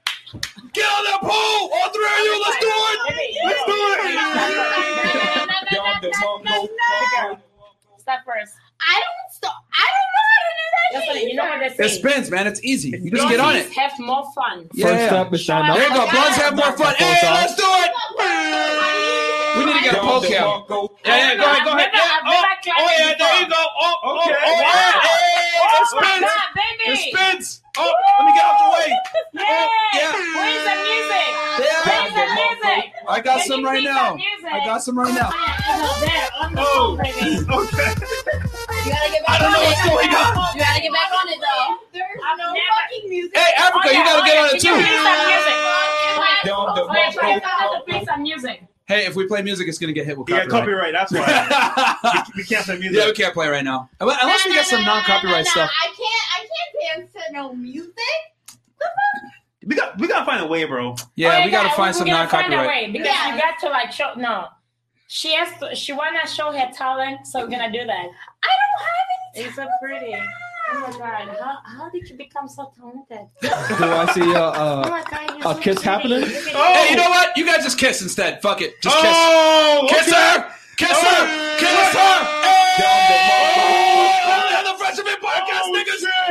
Get on that pole! All three of you, let's do it! Let's do it. Down the Mongo, Mongo. Start first. I don't stop. I don't know That's how to do what it- that. you know what It they say. spins, man. It's easy. You just get on it. Ladies Have more fun. Yeah. First up is stand There you go. up. Bloods have more fun. Hey, let's do it! We need to get a Down poke the out. Mongo. Yeah, yeah, go ahead, go ahead. Yeah, I've oh, never- I've never tried oh, yeah, it there before. you go. Oh, oh, Okay. oh, yeah. Hey, it Oh my spins. God, baby. It spins. Oh, let me get out the way. Yes. Oh, Yeah. Where's the music? Where's Yeah. the music? I got Can some you right please now. have music? I got some right now. Ah, there, on the Oh. phone, baby. Okay. You gotta get I back don't on know it. what's going on. You gotta get back on it though. There's I've no never- fucking music. Hey, Africa, Oh, you yeah, gotta oh, get yeah, on it can you too. please have music? Fucking Wait, like- Down the wait, wait, Mongo. wait, wait, please have music. hey, if we play music, it's gonna get hit with You got copyright. copyright. That's why yeah, we can't play music. we can't play right now. Unless unless we get some non-copyright Oh, stuff. I can't. I can't dance to no music. We got we gotta find a way, bro. Yeah, Oh, we gotta yeah, find we some gotta find a non-copyright. way, because Yeah. you got to like show no. She has to, she wanna show her talent, so we're gonna do that. I don't have It's so pretty. Oh my god, how, how did you become so talented? Do I see uh, uh, Oh my god, you're A so kiss pretty. happening? Look at Oh! you. Hey, you know what? You guys just kiss instead. Fuck it. Just kiss. oh, Kiss okay. her! Kiss her! Kiss her! Hey! Down the motherfucker. Welcome to the Freshman Podcast, Oh, niggas! shit. Oh,